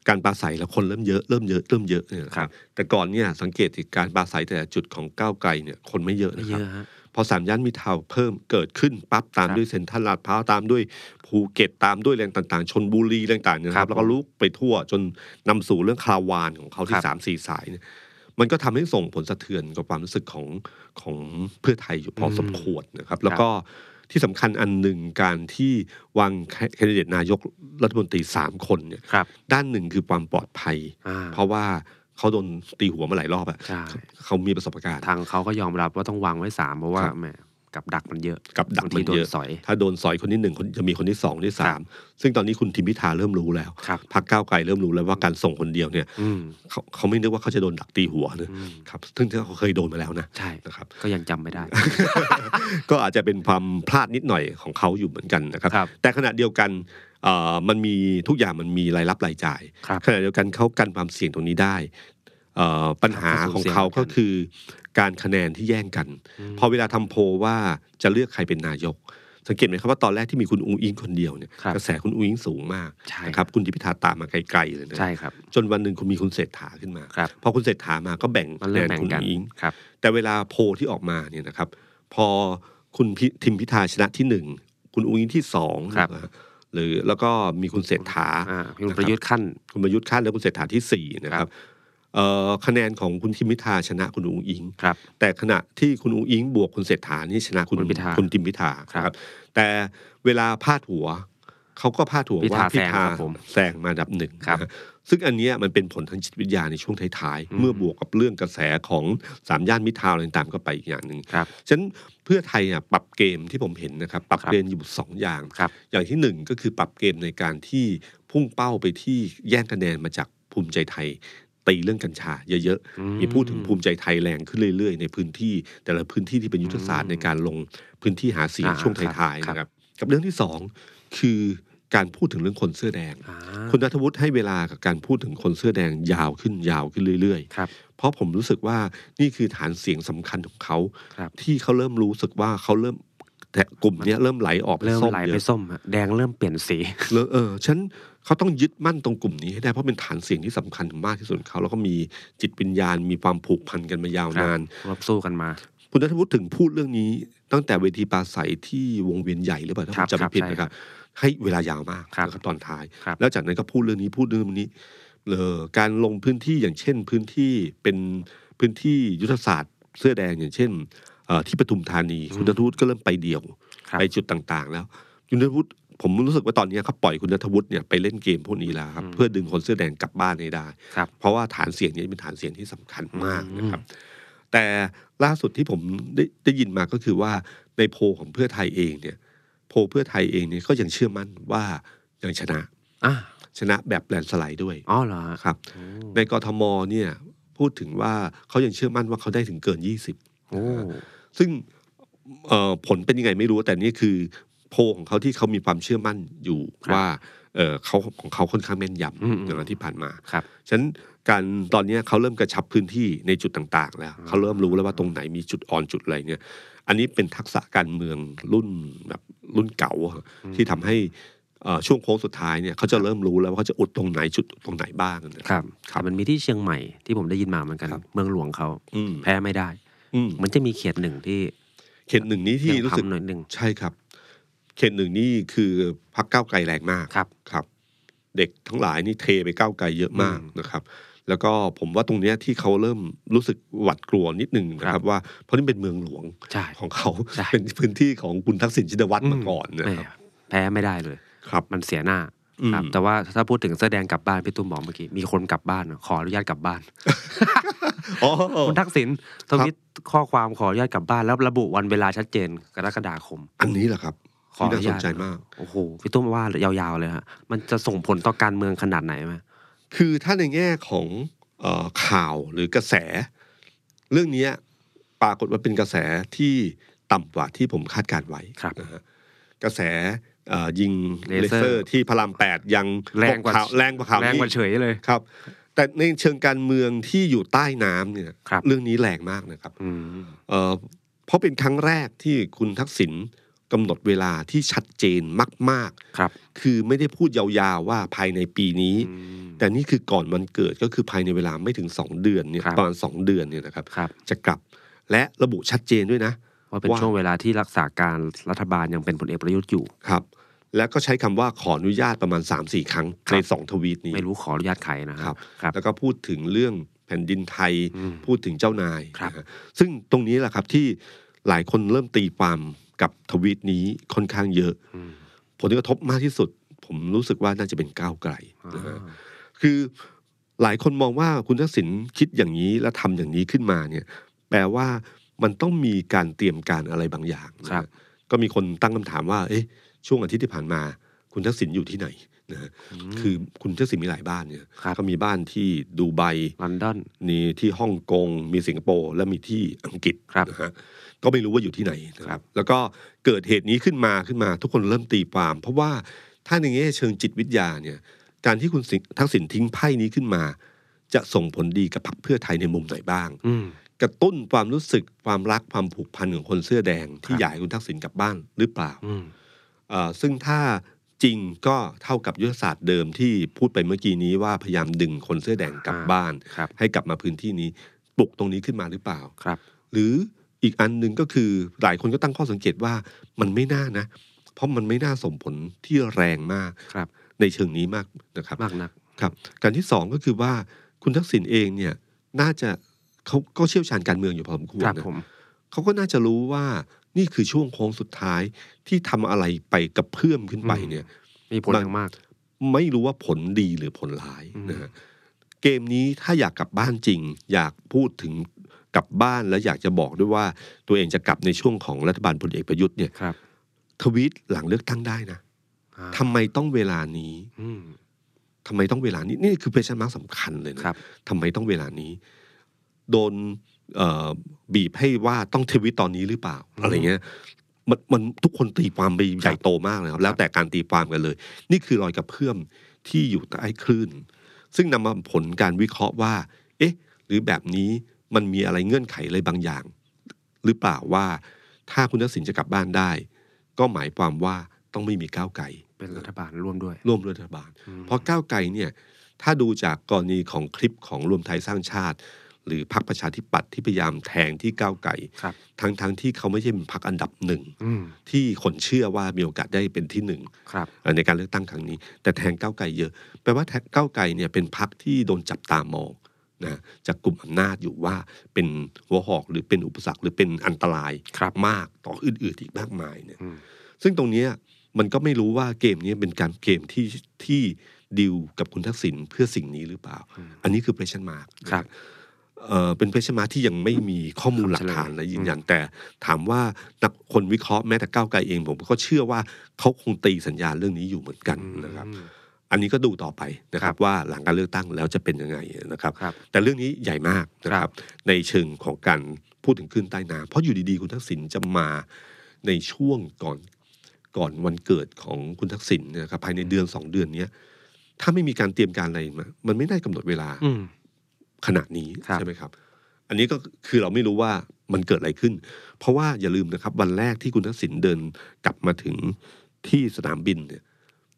Speaker 2: การปราศัยแล้วคนเริ่มเยอะเริ่มเยอะเริ่มเยอะเนี่ยนะครับ แต่ก่อนเนี่ยสังเกตที่การปราศัยแต่ละจุดของก้าวไกลเนี่ยคนไม่เยอะ
Speaker 3: ไม่
Speaker 2: นะค
Speaker 3: เย
Speaker 2: รับ
Speaker 3: อะฮะ
Speaker 2: พอสามย่านมีเท่าวน์เพิ่มเกิดขึ้นปั๊บตาม
Speaker 3: ครับ
Speaker 2: ด้วยเซ็นทรัลลาดพร้าวตามด้วยภูเก็ตตามด้วยแรงต่างๆ ชนบุรีแรงต่างๆเนี่ยนะค
Speaker 3: ครั
Speaker 2: รั
Speaker 3: บบ
Speaker 2: แล้วก็ลุกไปทั่วจนนำสู่เรื่องคาราวานของเขา
Speaker 3: ค
Speaker 2: ที่
Speaker 3: รับ
Speaker 2: สามสี่สายเนี่ย มันก็ทำให้ส่งผลสะเทือนกับความรู้สึกของของเพื่อไทยอยู่พอสมควรนะครับ แล้วก็ที่สำคัญอันหนึ่งการที่วางแคนดิเดตนายกรัฐมนตรีสามคนเนี่ย
Speaker 3: ครับ
Speaker 2: ด้านหนึ่งคือความปลอดภัย
Speaker 3: อ่า
Speaker 2: เพราะว่าเขาโดนตีหัวมาหลายรอบอะ
Speaker 3: ใช่
Speaker 2: เขามีประสบการณ์
Speaker 3: ทางเขาก็ยอมรับว่าต้องวางไว้สามเพราะว่า
Speaker 2: ครับ
Speaker 3: แหมกับดักมันเยอะ
Speaker 2: กับดัก
Speaker 3: บาง
Speaker 2: มั
Speaker 3: ที
Speaker 2: น
Speaker 3: โด
Speaker 2: เย
Speaker 3: น
Speaker 2: อะ
Speaker 3: สอย
Speaker 2: ถ้าโดนสอยคนที่หนึ่งคนจะมีคนที่สองที่สาม
Speaker 3: ครั
Speaker 2: ซึ่งตอนนี้คุณทิมพิธาเริ่มรู้แล้ว
Speaker 3: ครับ
Speaker 2: พักก้าวไกลเริ่มรู้แล้วว่าการส่งคนเดียวเนี่ย
Speaker 3: อืม
Speaker 2: เขาเขาไม่นึกว่าเขาจะโดนดักตีหัวนะ
Speaker 3: อืม
Speaker 2: ครับซึ่งเขาเคยโดนมาแล้วนะ
Speaker 3: ใช่
Speaker 2: นะครับ
Speaker 3: ก็ยังจำไม่ได้
Speaker 2: ก็อาจจะเป็นความพลาดนิดหน่อยของเขาอยู่เหมือนกันนะครับ
Speaker 3: ครับ
Speaker 2: แต่ขณะเดียวกันเอ่อมันมีทุกอย่างมันมีรายรับรายจ่าย
Speaker 3: ครับ
Speaker 2: ขณะเดียวกันเขากันความเสี่ยงตรงนี้ได้เอ่อปัญหา
Speaker 3: ครับ
Speaker 2: ของเขา
Speaker 3: ก็
Speaker 2: ก็
Speaker 3: คือ
Speaker 2: คือการคะแนนที่แย่งกัน
Speaker 3: อืม
Speaker 2: พอเวลาทำโพลว่าจะเลือกใครเป็นนายก สังเกตไหมครับว่าตอนแรกที่มีคุณอุ้งอิงคนเดียวเนี่ย
Speaker 3: ครับ
Speaker 2: กระแสคุณอุ้งอิงสูงมาก
Speaker 3: ใช่
Speaker 2: นะครับคุณทิมพิธาตามมาไกลๆเลยนะ
Speaker 3: ใช่ครับ
Speaker 2: จนวันหนึ่งคุณมีคุณเศรษฐาขึ้นมา
Speaker 3: ครับ
Speaker 2: พอคุณเศรษฐามาก็แบ่ง
Speaker 3: มันเริ่
Speaker 2: คะ
Speaker 3: มแบ่ง
Speaker 2: คุณ
Speaker 3: กัน
Speaker 2: อุ้งอิง
Speaker 3: ครับ
Speaker 2: แต่เวลาโพลที่ออกมาเนี่ยนะครับ พอคุณพิทิมพิธาชนะที่หนึ่งคุณอุ้งอิงที่สอง
Speaker 3: ครับ
Speaker 2: นะฮะ หรือแล้วก็มีคุณเศรษฐา
Speaker 3: อ่าคุณประยุทธ์ขั้น
Speaker 2: คุณประยุทธ์คาดแล้วคุณเศรษฐาที่สี่นะค
Speaker 3: ครั
Speaker 2: รับบ เอ่อคะแนนของคุณทิมพิธาชนะคุณอุ้งอิง
Speaker 3: ครับ
Speaker 2: แต่ขณะที่คุณอุ้งอิงบวกคุณเศรษฐานี่ชนะคุณ
Speaker 3: คุณพิธา
Speaker 2: คุณทิมพิธา
Speaker 3: ครับ
Speaker 2: นะครับ แต่เวลาพาดหัวเขาก็พาดหัว
Speaker 3: พิธา
Speaker 2: ว่าพิ
Speaker 3: แซง
Speaker 2: ธา
Speaker 3: ครับผม
Speaker 2: แซงมาอันดับหนึ่ง
Speaker 3: ครับ
Speaker 2: นะฮะซึ่งอันเนี้ยมันเป็นผลทางจิตวิทยาในช่วงท้าย
Speaker 3: อื
Speaker 2: ๆ
Speaker 3: ม
Speaker 2: เมื่อบวกกับเรื่องกระแสของสามย่านมิตรทาวน์อะไรต่างๆก็ไปอีกอย่างหนึ่ง
Speaker 3: ครับ
Speaker 2: ฉะนั้นเพื่อไทยอ่ะปรับเกมที่ผมเห็นนะครับ ปรับ
Speaker 3: ครับ
Speaker 2: เกมอยู่สองอย่าง
Speaker 3: ครับ
Speaker 2: อย่างที่หนึ่งก็คือปรับเกมในการที่พุ่งเป้าไปที่แย่งคะแนนมาจากภูมิใจไทย ตีเรื่องกัญชาเยอะ
Speaker 3: อื
Speaker 2: ๆ มีพูดถึงภูมิใจไทยแรงขึ้นเรื่อยๆ ในพื้นที่ แต่ละพื้นที่ที่เป็นยุทธศาสตร์
Speaker 3: อืม
Speaker 2: ในการลงพื้นที่หาเสียง
Speaker 3: อ่า
Speaker 2: ช่วงท้ายๆ
Speaker 3: ครับ
Speaker 2: นะครับ กับเรื่องที่สองคือการพูดถึงเรื่องคนเสื้อแดง
Speaker 3: อ่า
Speaker 2: คุณนัทวุฒิให้เวลากับการพูดถึงคนเสื้อแดงยาวขึ้นยาวขึ้นเรื่อย
Speaker 3: ครับ
Speaker 2: ๆ เพราะผมรู้สึกว่านี่คือฐานเสียงสำคัญของเขา
Speaker 3: ครับ
Speaker 2: ที่เขาเริ่มรู้สึกว่าเขาเริ่มแต่กลุ่มเนี้ยเริ่มไหลออกป
Speaker 3: เริ่ม
Speaker 2: ส้ม
Speaker 3: ไหล
Speaker 2: เย
Speaker 3: ไป
Speaker 2: อะ
Speaker 3: ส้มฮะแดงเริ่มเปลี่ยนสี
Speaker 2: แล้วเออฉันเขาต้องยึดมั่นตรงกลุ่มนี้ให้ได้เพราะเป็นฐานเสียงที่สำคัญมากที่สุดของเขา แล้วก็มีจิตวิญญาณมีความผูกพันกันมายาวนาน
Speaker 3: รบสู้กันมา
Speaker 2: คุณนัทวุฒิถึงพูดเรื่องนี้ ตั้งแต่เวทีปราศัยที่วงเวียนใหญ่หรือเปล่าถ้าผ
Speaker 3: ครั
Speaker 2: ม
Speaker 3: บ
Speaker 2: จำไม่ผิดนะครับ ให้เวลายาวมาก
Speaker 3: ครับ
Speaker 2: นะครับตอนท้าย
Speaker 3: ครับ
Speaker 2: แล้วจากนั้นก็พูดเรื่องนี้พูดเรื่องนี้เออการลงพื้นที่อย่างเช่น พื้นที่เป็นพื้นที่ยุทธศาสตร์ เสื้อแดงอย่างเช่นเอ่อที่ปทุมธานี คุณนัทวุฒิก็เริ่มไปเดี่ยว
Speaker 3: ครับ
Speaker 2: ไปจุดต่างๆ แล้ว คุณนัทวุฒิผมรู้สึกว่าตอนนี้เขาปล่อยคุณนัทวุฒิเนี่ยไปเล่นเกมพวกนี้แล้วครับ
Speaker 3: อืม
Speaker 2: เพื่อดึงคนเสื้อแดงกลับบ้านให้ได้
Speaker 3: ครับ
Speaker 2: เพราะว่าฐานเสียงนี้เป็นฐานเสียงที่สำคัญมากนะครับ แต่ล่าสุดที่ผมได้ได้ยินมาก็คือว่าในโพลของเพื่อไทยเองเนี่ย โพลเพื่อไทยเองเนี่ยก็ยังเชื่อมั่นว่ายังชนะ
Speaker 3: อ่ะ
Speaker 2: ชนะแบบแลนด์สไลด์ด้วย
Speaker 3: อ๋อเหรอฮะ
Speaker 2: ครับ ในกทมเนี่ยพูดถึงว่าเขายังเชื่อมั่นว่าเขาได้ถึงเกิน
Speaker 3: โอ้
Speaker 2: 20 ซึ่งเอ่อผลเป็นยังไงไม่รู้แต่นี่คือโพลของเขาที่เขามีความเชื่อมั่นอยู่ว่าเอ่อเขาของเขาค่อนข้างแม่นยำอย่างที่ผ่านมา
Speaker 3: ครับ
Speaker 2: ฉะนั้นการตอนเนี้ยเขาเริ่มกระชับพื้นที่ในจุดต่าง ๆ แล้วเขาเริ่มรู้แล้วว่าตรงไหนมีจุดอ่อนจุดอะไรเนี่ย อันนี้เป็นทักษะการเมืองรุ่นแบบรุ่นเก่าอะที่ทำให้เอ่อช่วงโค้งสุดท้ายเนี่ยเขาจะเริ่มรู้แล้วว่าเขาจะอุดตรงไหนจุดตรงไหนบ้างนะ
Speaker 3: ครับ
Speaker 2: ครับ
Speaker 3: แต่มันมีที่เชียงใหม่ที่ผมได้ยินมาเหมือนกัน
Speaker 2: ครับ
Speaker 3: เมืองหลวงเขา
Speaker 2: อืม
Speaker 3: แพ้ไม่ได้
Speaker 2: อืม
Speaker 3: มันจะมีเขตหนึ่งที่
Speaker 2: เขตหนึ่งนี้ที่
Speaker 3: ยัง
Speaker 2: รู้สึก
Speaker 3: ทำหน่อยหนึ่ง
Speaker 2: ใช่ครับ เขตหนึ่งนี่คือพักก้าวไกลแรงมาก
Speaker 3: ครับ
Speaker 2: ครับเด็กทั้งหลายนี่เทไปก้าวไกลเยอะมาก
Speaker 3: อืม
Speaker 2: นะครับ แล้วก็ผมว่าตรงเนี้ยที่เขาเริ่มรู้สึกหวัดกลัวนิดหนึ่งนะค
Speaker 3: ครั
Speaker 2: รับบ ว่าเพราะนี่เป็นเมืองหลวง
Speaker 3: ใช่
Speaker 2: ของเขา
Speaker 3: ใช่
Speaker 2: เป็นพื้นที่ของคุณทักษิณชินวัตรมาก่อนนะ
Speaker 3: แหม่
Speaker 2: ครับ
Speaker 3: แพ้ไม่ได้เลย
Speaker 2: ครับ
Speaker 3: มันเสียหน้า
Speaker 2: อืม
Speaker 3: ครับแต่ว่าถ้าพูดถึงเสื้อแดงกลับบ้านพี่ตุ้มบอกเมื่อกี้มีคนกลับบ้านอะขออนุญาตกลับบ้าน
Speaker 2: อ๋อ
Speaker 3: คุณทักษิณทวิตข้อความขออนุญาตกลับบ้านแล้วระบุวันเวลาชัดเจนกรกฎาคม
Speaker 2: อันนี้แหละครับ
Speaker 3: ขอ
Speaker 2: ที่น่าส
Speaker 3: อนุญาต
Speaker 2: นใจมาก
Speaker 3: โอ้โหพี่ตุ้มว่ายาวๆเลยฮะมันจะส่งผลต่อการเมืองขนาดไหนไหม
Speaker 2: คือถ้าในแง่ของเออข่าวหรือกระแส เรื่องเนี้ยปรากฏว่าเป็นกระแสที่ต่ำกว่าที่ผมคาดการไว้
Speaker 3: ครับ
Speaker 2: นะฮะกระแสเอ่อยิง
Speaker 3: เล
Speaker 2: เล
Speaker 3: เซอร์
Speaker 2: เซอร์ที่พระรามแปดยัง
Speaker 3: แรงกว่า
Speaker 2: ข่แรงกว่าข่าว
Speaker 3: แรง
Speaker 2: นี้
Speaker 3: กว่าเฉยเลย
Speaker 2: ครับ แต่ในเชิงการเมืองที่อยู่ใต้น้ำเนี่ย
Speaker 3: ครับ
Speaker 2: เรื่องนี้แรงมากนะครับ
Speaker 3: อืม
Speaker 2: เอ่อเพราะเป็นครั้งแรกที่คุณทักษิณกำหนดเวลาที่ชัดเจนมาก
Speaker 3: ครับ
Speaker 2: ๆ คือไม่ได้พูดยาวๆว่าภายในปีนี้ แต่นี่คือก่อนวันเกิดก็คือภายในเวลาไม่ถึง 2 เดือนเนี่ย
Speaker 3: ครับ
Speaker 2: ประมาณ2เดือนเนี่ยนะครับ
Speaker 3: ครับ
Speaker 2: จะกลับและระบุชัดเจนด้วยนะ
Speaker 3: ว่าเป็น
Speaker 2: ว่า
Speaker 3: ช่วงเวลาที่รักษาการรัฐบาลยังเป็นพลเอกประยุทธ์อยู่
Speaker 2: ครับ แล้วก็ใช้คำว่าขออนุญาตประมาณ 3-4 ครั้ง
Speaker 3: ครับ
Speaker 2: ใน 2 ทวีตนี้
Speaker 3: ไม่รู้ขออนุญาตใครนะฮะ
Speaker 2: ครับ
Speaker 3: ครับ
Speaker 2: แล้วก็พูดถึงเรื่องแผ่นดินไทย
Speaker 3: อืม
Speaker 2: พูดถึงเจ้านาย
Speaker 3: ครับ
Speaker 2: นะฮะซึ่งตรงนี้แหละครับที่หลายคนเริ่มตีความกับทวีตนี้ค่อนข้างเยอะ
Speaker 3: อืม
Speaker 2: ผลกระทบมากที่สุด ผมรู้สึกว่าน่าจะเป็นก้าวไกลนะฮะ
Speaker 3: อ่า
Speaker 2: คือหลายคนมองว่าคุณทักษิณคิดอย่างนี้และทำอย่างนี้ขึ้นมาเนี่ย แปลว่ามันต้องมีการเตรียมการอะไรบางอย่างนะฮะ
Speaker 3: ครับ
Speaker 2: ก็มีคนตั้งคำถามว่า เอ๊ะ ช่วงอาทิตย์ที่ผ่านมา คุณทักษิณอยู่ที่ไหนนะฮะคือคุณทักษิณมีหลายบ้านเนี่ย
Speaker 3: ครับ
Speaker 2: ก็มีบ้านที่ดูไบ
Speaker 3: ลอนดอน
Speaker 2: มีที่ฮ่องกงมีสิงคโปร์และมีที่อังกฤษ
Speaker 3: ครับ
Speaker 2: นะฮะก็ไม่รู้ว่าอยู่ที่ไหนนะค
Speaker 3: ครั
Speaker 2: รับ
Speaker 3: บ
Speaker 2: แล้วก็เกิดเหตุนี้ขึ้นมาขึ้นมา ทุกคนเริ่มตีความ เพราะว่าถ้าในแง่เชิงจิตวิทยาเนี่ย การที่คุณสิทักษิณทิ้งไพ่นี้ขึ้นมา จะส่งผลดีกับพรรคเพื่อไทยในมุมไหนบ้าง
Speaker 3: อืม
Speaker 2: กระตุ้นความรู้สึกความรักความผูกพันของคนเสื้อแดง ที่
Speaker 3: ครับ
Speaker 2: อยากให้คุณทักษิณกลับบ้านหรือเปล่า
Speaker 3: อืม
Speaker 2: เอ่อซึ่งถ้าจริงก็เท่ากับยุทธศาสตร์เดิมที่พูดไปเมื่อกี้นี้ว่าพยายามดึงคนเสื้อแดงกลับ
Speaker 3: อ่า
Speaker 2: บ้าน
Speaker 3: ครับ
Speaker 2: ให้กลับมาพื้นที่นี้ปลุกตรงนี้ขึ้นมาหรือเปล่า
Speaker 3: ครับ
Speaker 2: หรืออีกอันหนึ่งก็คือหลายคนก็ตั้งข้อสังเกตว่ามันไม่น่านะ เพราะมันไม่น่าส่งผลที่แรงมาก
Speaker 3: ครับ
Speaker 2: ในเชิงนี้มากนะครับ
Speaker 3: มากนัก
Speaker 2: ครับการที่สองก็คือว่าคุณทักษิณเองเนี่ยน่าจะเขาก็เชี่ยวชาญการเมืองอยู่พอสมควร
Speaker 3: ครับ
Speaker 2: นะ
Speaker 3: ผม
Speaker 2: เขาก็น่าจะรู้ว่านี่คือช่วงโค้งสุดท้ายที่ทำอะไรไปกับเพื่อมขึ้นไป
Speaker 3: อืม
Speaker 2: เนี่ย
Speaker 3: มีผล
Speaker 2: บาง
Speaker 3: อย่างมาก
Speaker 2: ไม่รู้ว่าผลดีหรือผลร้าย
Speaker 3: อืม
Speaker 2: นะฮะเกมนี้ถ้าอยากกลับบ้านจริง อยากพูดถึงกลับบ้านและอยากจะบอกด้วยว่าตัวเองจะกลับในช่วงของรัฐบาลพลเอกประยุทธ์เนี่ย
Speaker 3: ครับ
Speaker 2: ทวีตหลังเลือกตั้งได้นะ
Speaker 3: อ่า
Speaker 2: ทำไมต้องเวลานี้
Speaker 3: อืม
Speaker 2: ทำไมต้องเวลานี้นี่คือเพชรมาร์สำคัญเลยนะ
Speaker 3: ครับ
Speaker 2: ทำไมต้องเวลานี้ โดนเอ่อบีบให้ว่าต้องทวิตตอนนี้หรือเปล่า
Speaker 3: อืม
Speaker 2: อะไรเงี้ยมันมันทุกคนตีความไปใหญ่โตมากเลยครับ แล้วแต่การตีความกันเลย นี่คือรอยกับเพื่อมที่อยู่ใต้คลื่น ซึ่งนำมาผลการวิเคราะห์ว่า เอ๊ะ หรือแบบนี้มันมีอะไรเงื่อนไขอะไรบางอย่าง หรือเปล่าว่า ถ้าคุณทักษิณจะกลับบ้านได้ ก็หมายความว่าต้องไม่มีก้าวไกล
Speaker 3: เป็นรัฐบาลร่วมด้วย
Speaker 2: ร่วมรัฐบาล
Speaker 3: อืม
Speaker 2: เพราะก้าวไกลเนี่ยถ้าดูจากกรณีของคลิปของรวมไทยสร้างชาติ หรือพรรคประชาธิปัตย์ที่พยายามแทงที่ก้าวไกล
Speaker 3: ครับ
Speaker 2: ทั้งทั้งที่เขาไม่ใช่เป็นพรรคอันดับหนึ่ง
Speaker 3: อืม
Speaker 2: ที่คนเชื่อว่ามีโอกาสได้เป็นที่หนึ่ง
Speaker 3: ครับ
Speaker 2: เอ่อในการเลือกตั้งครั้งนี้ แต่แทงก้าวไกลเยอะแปลว่าแทงก้าวไกลเนี่ยเป็นพรรคที่โดนจับตามองนะจากกลุ่มอำนาจอยู่ว่าเป็นหัวหอกหรือเป็นอุปสรรคหรือเป็นอันตราย
Speaker 3: ครับ
Speaker 2: มากต่ออื่นๆอีกมากมายเนี่ย
Speaker 3: อืม
Speaker 2: ซึ่งตรงเนี้ยมันก็ไม่รู้ว่าเกมเนี้ยเป็นการเกมที่ที่ดิวกับคุณทักษิณเพื่อสิ่งนี้หรือเปล่า อันนี้คือเพรสชันมา
Speaker 3: ครับ
Speaker 2: เอ่อเป็นเพรสชันมาที่ยังไม่มีข้อมูลหลักฐานและยืนยันแต่ถามว่านักคนวิเคราะห์แม้แต่ก้าวไกลเองผมก็เชื่อว่าเขาคงตีสัญญาณเรื่องนี้อยู่เหมือนกันนะครับ
Speaker 3: อืม
Speaker 2: อันนี้ก็ดูต่อไปนะครั
Speaker 3: ครับ บ
Speaker 2: ว่าหลังการเลือกตั้งแล้วจะเป็นยังไงนะครับ
Speaker 3: ครับ
Speaker 2: แต่เรื่องนี้ใหญ่มากนะค
Speaker 3: ครั
Speaker 2: รับ
Speaker 3: บ
Speaker 2: ในเชิงของการพูดถึงขึ้นใต้น้ำเพราะอยู่ดีๆ คุณทักษิณจะมาในช่วงก่อนก่อนวันเกิดของคุณทักษิณเนยนะครับภายในเดือนสองเดือนเนี้ยถ้าไม่มีการเตรียมการอะไรมามันไม่ได้กำหนดเวลา
Speaker 3: อืม
Speaker 2: ขนาดนี้
Speaker 3: ครับ
Speaker 2: ใช่ไหมครับ อันนี้ก็คือเราไม่รู้ว่ามันเกิดอะไรขึ้น เพราะว่าอย่าลืมนะครับ วันแรกที่คุณทักษิณเดินกลับมาถึงที่สนามบินเนี่ย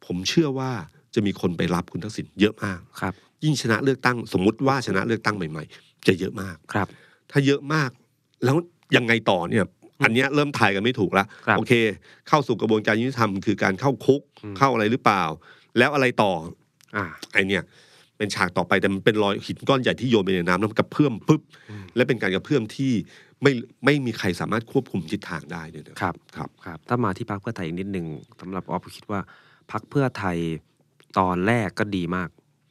Speaker 2: ผมเชื่อว่าจะมีคนไปรับคุณทักษิณเยอะมาก
Speaker 3: ครับ
Speaker 2: ยิ่งชนะเลือกตั้งสมมติว่าชนะเลือกตั้งใหม่ๆ จะเยอะมาก
Speaker 3: ครับ
Speaker 2: ถ้าเยอะมาก แล้วยังไงต่อเนี่ย อันเนี้ยเริ่มทายกันไม่ถูกละ
Speaker 3: ครับ
Speaker 2: โอเค เข้าสู่กระบวนการยุติธรรมคือการเข้าคุก
Speaker 3: อืม
Speaker 2: เข้าอะไรหรือเปล่า แล้วอะไรต่อ
Speaker 3: อ่า
Speaker 2: ไอเนี่ย เป็นฉากต่อไปแต่มันเป็นรอยหินก้อนใหญ่ที่โยนไปในน้ำแล้วมันกระเพื่อมปุ๊บ
Speaker 3: อืม
Speaker 2: และเป็นการกระเพื่อมที่ไม่ไม่มีใครสามารถควบคุมทิศทางได้เลยนะครับ ครับ
Speaker 3: ครับถ้ามาที่พักเพื่อไทยอีกนิดหนึ่งสำหรับออฟคิดว่าพักเพื่อไทยตอนแรกก็ดีมาก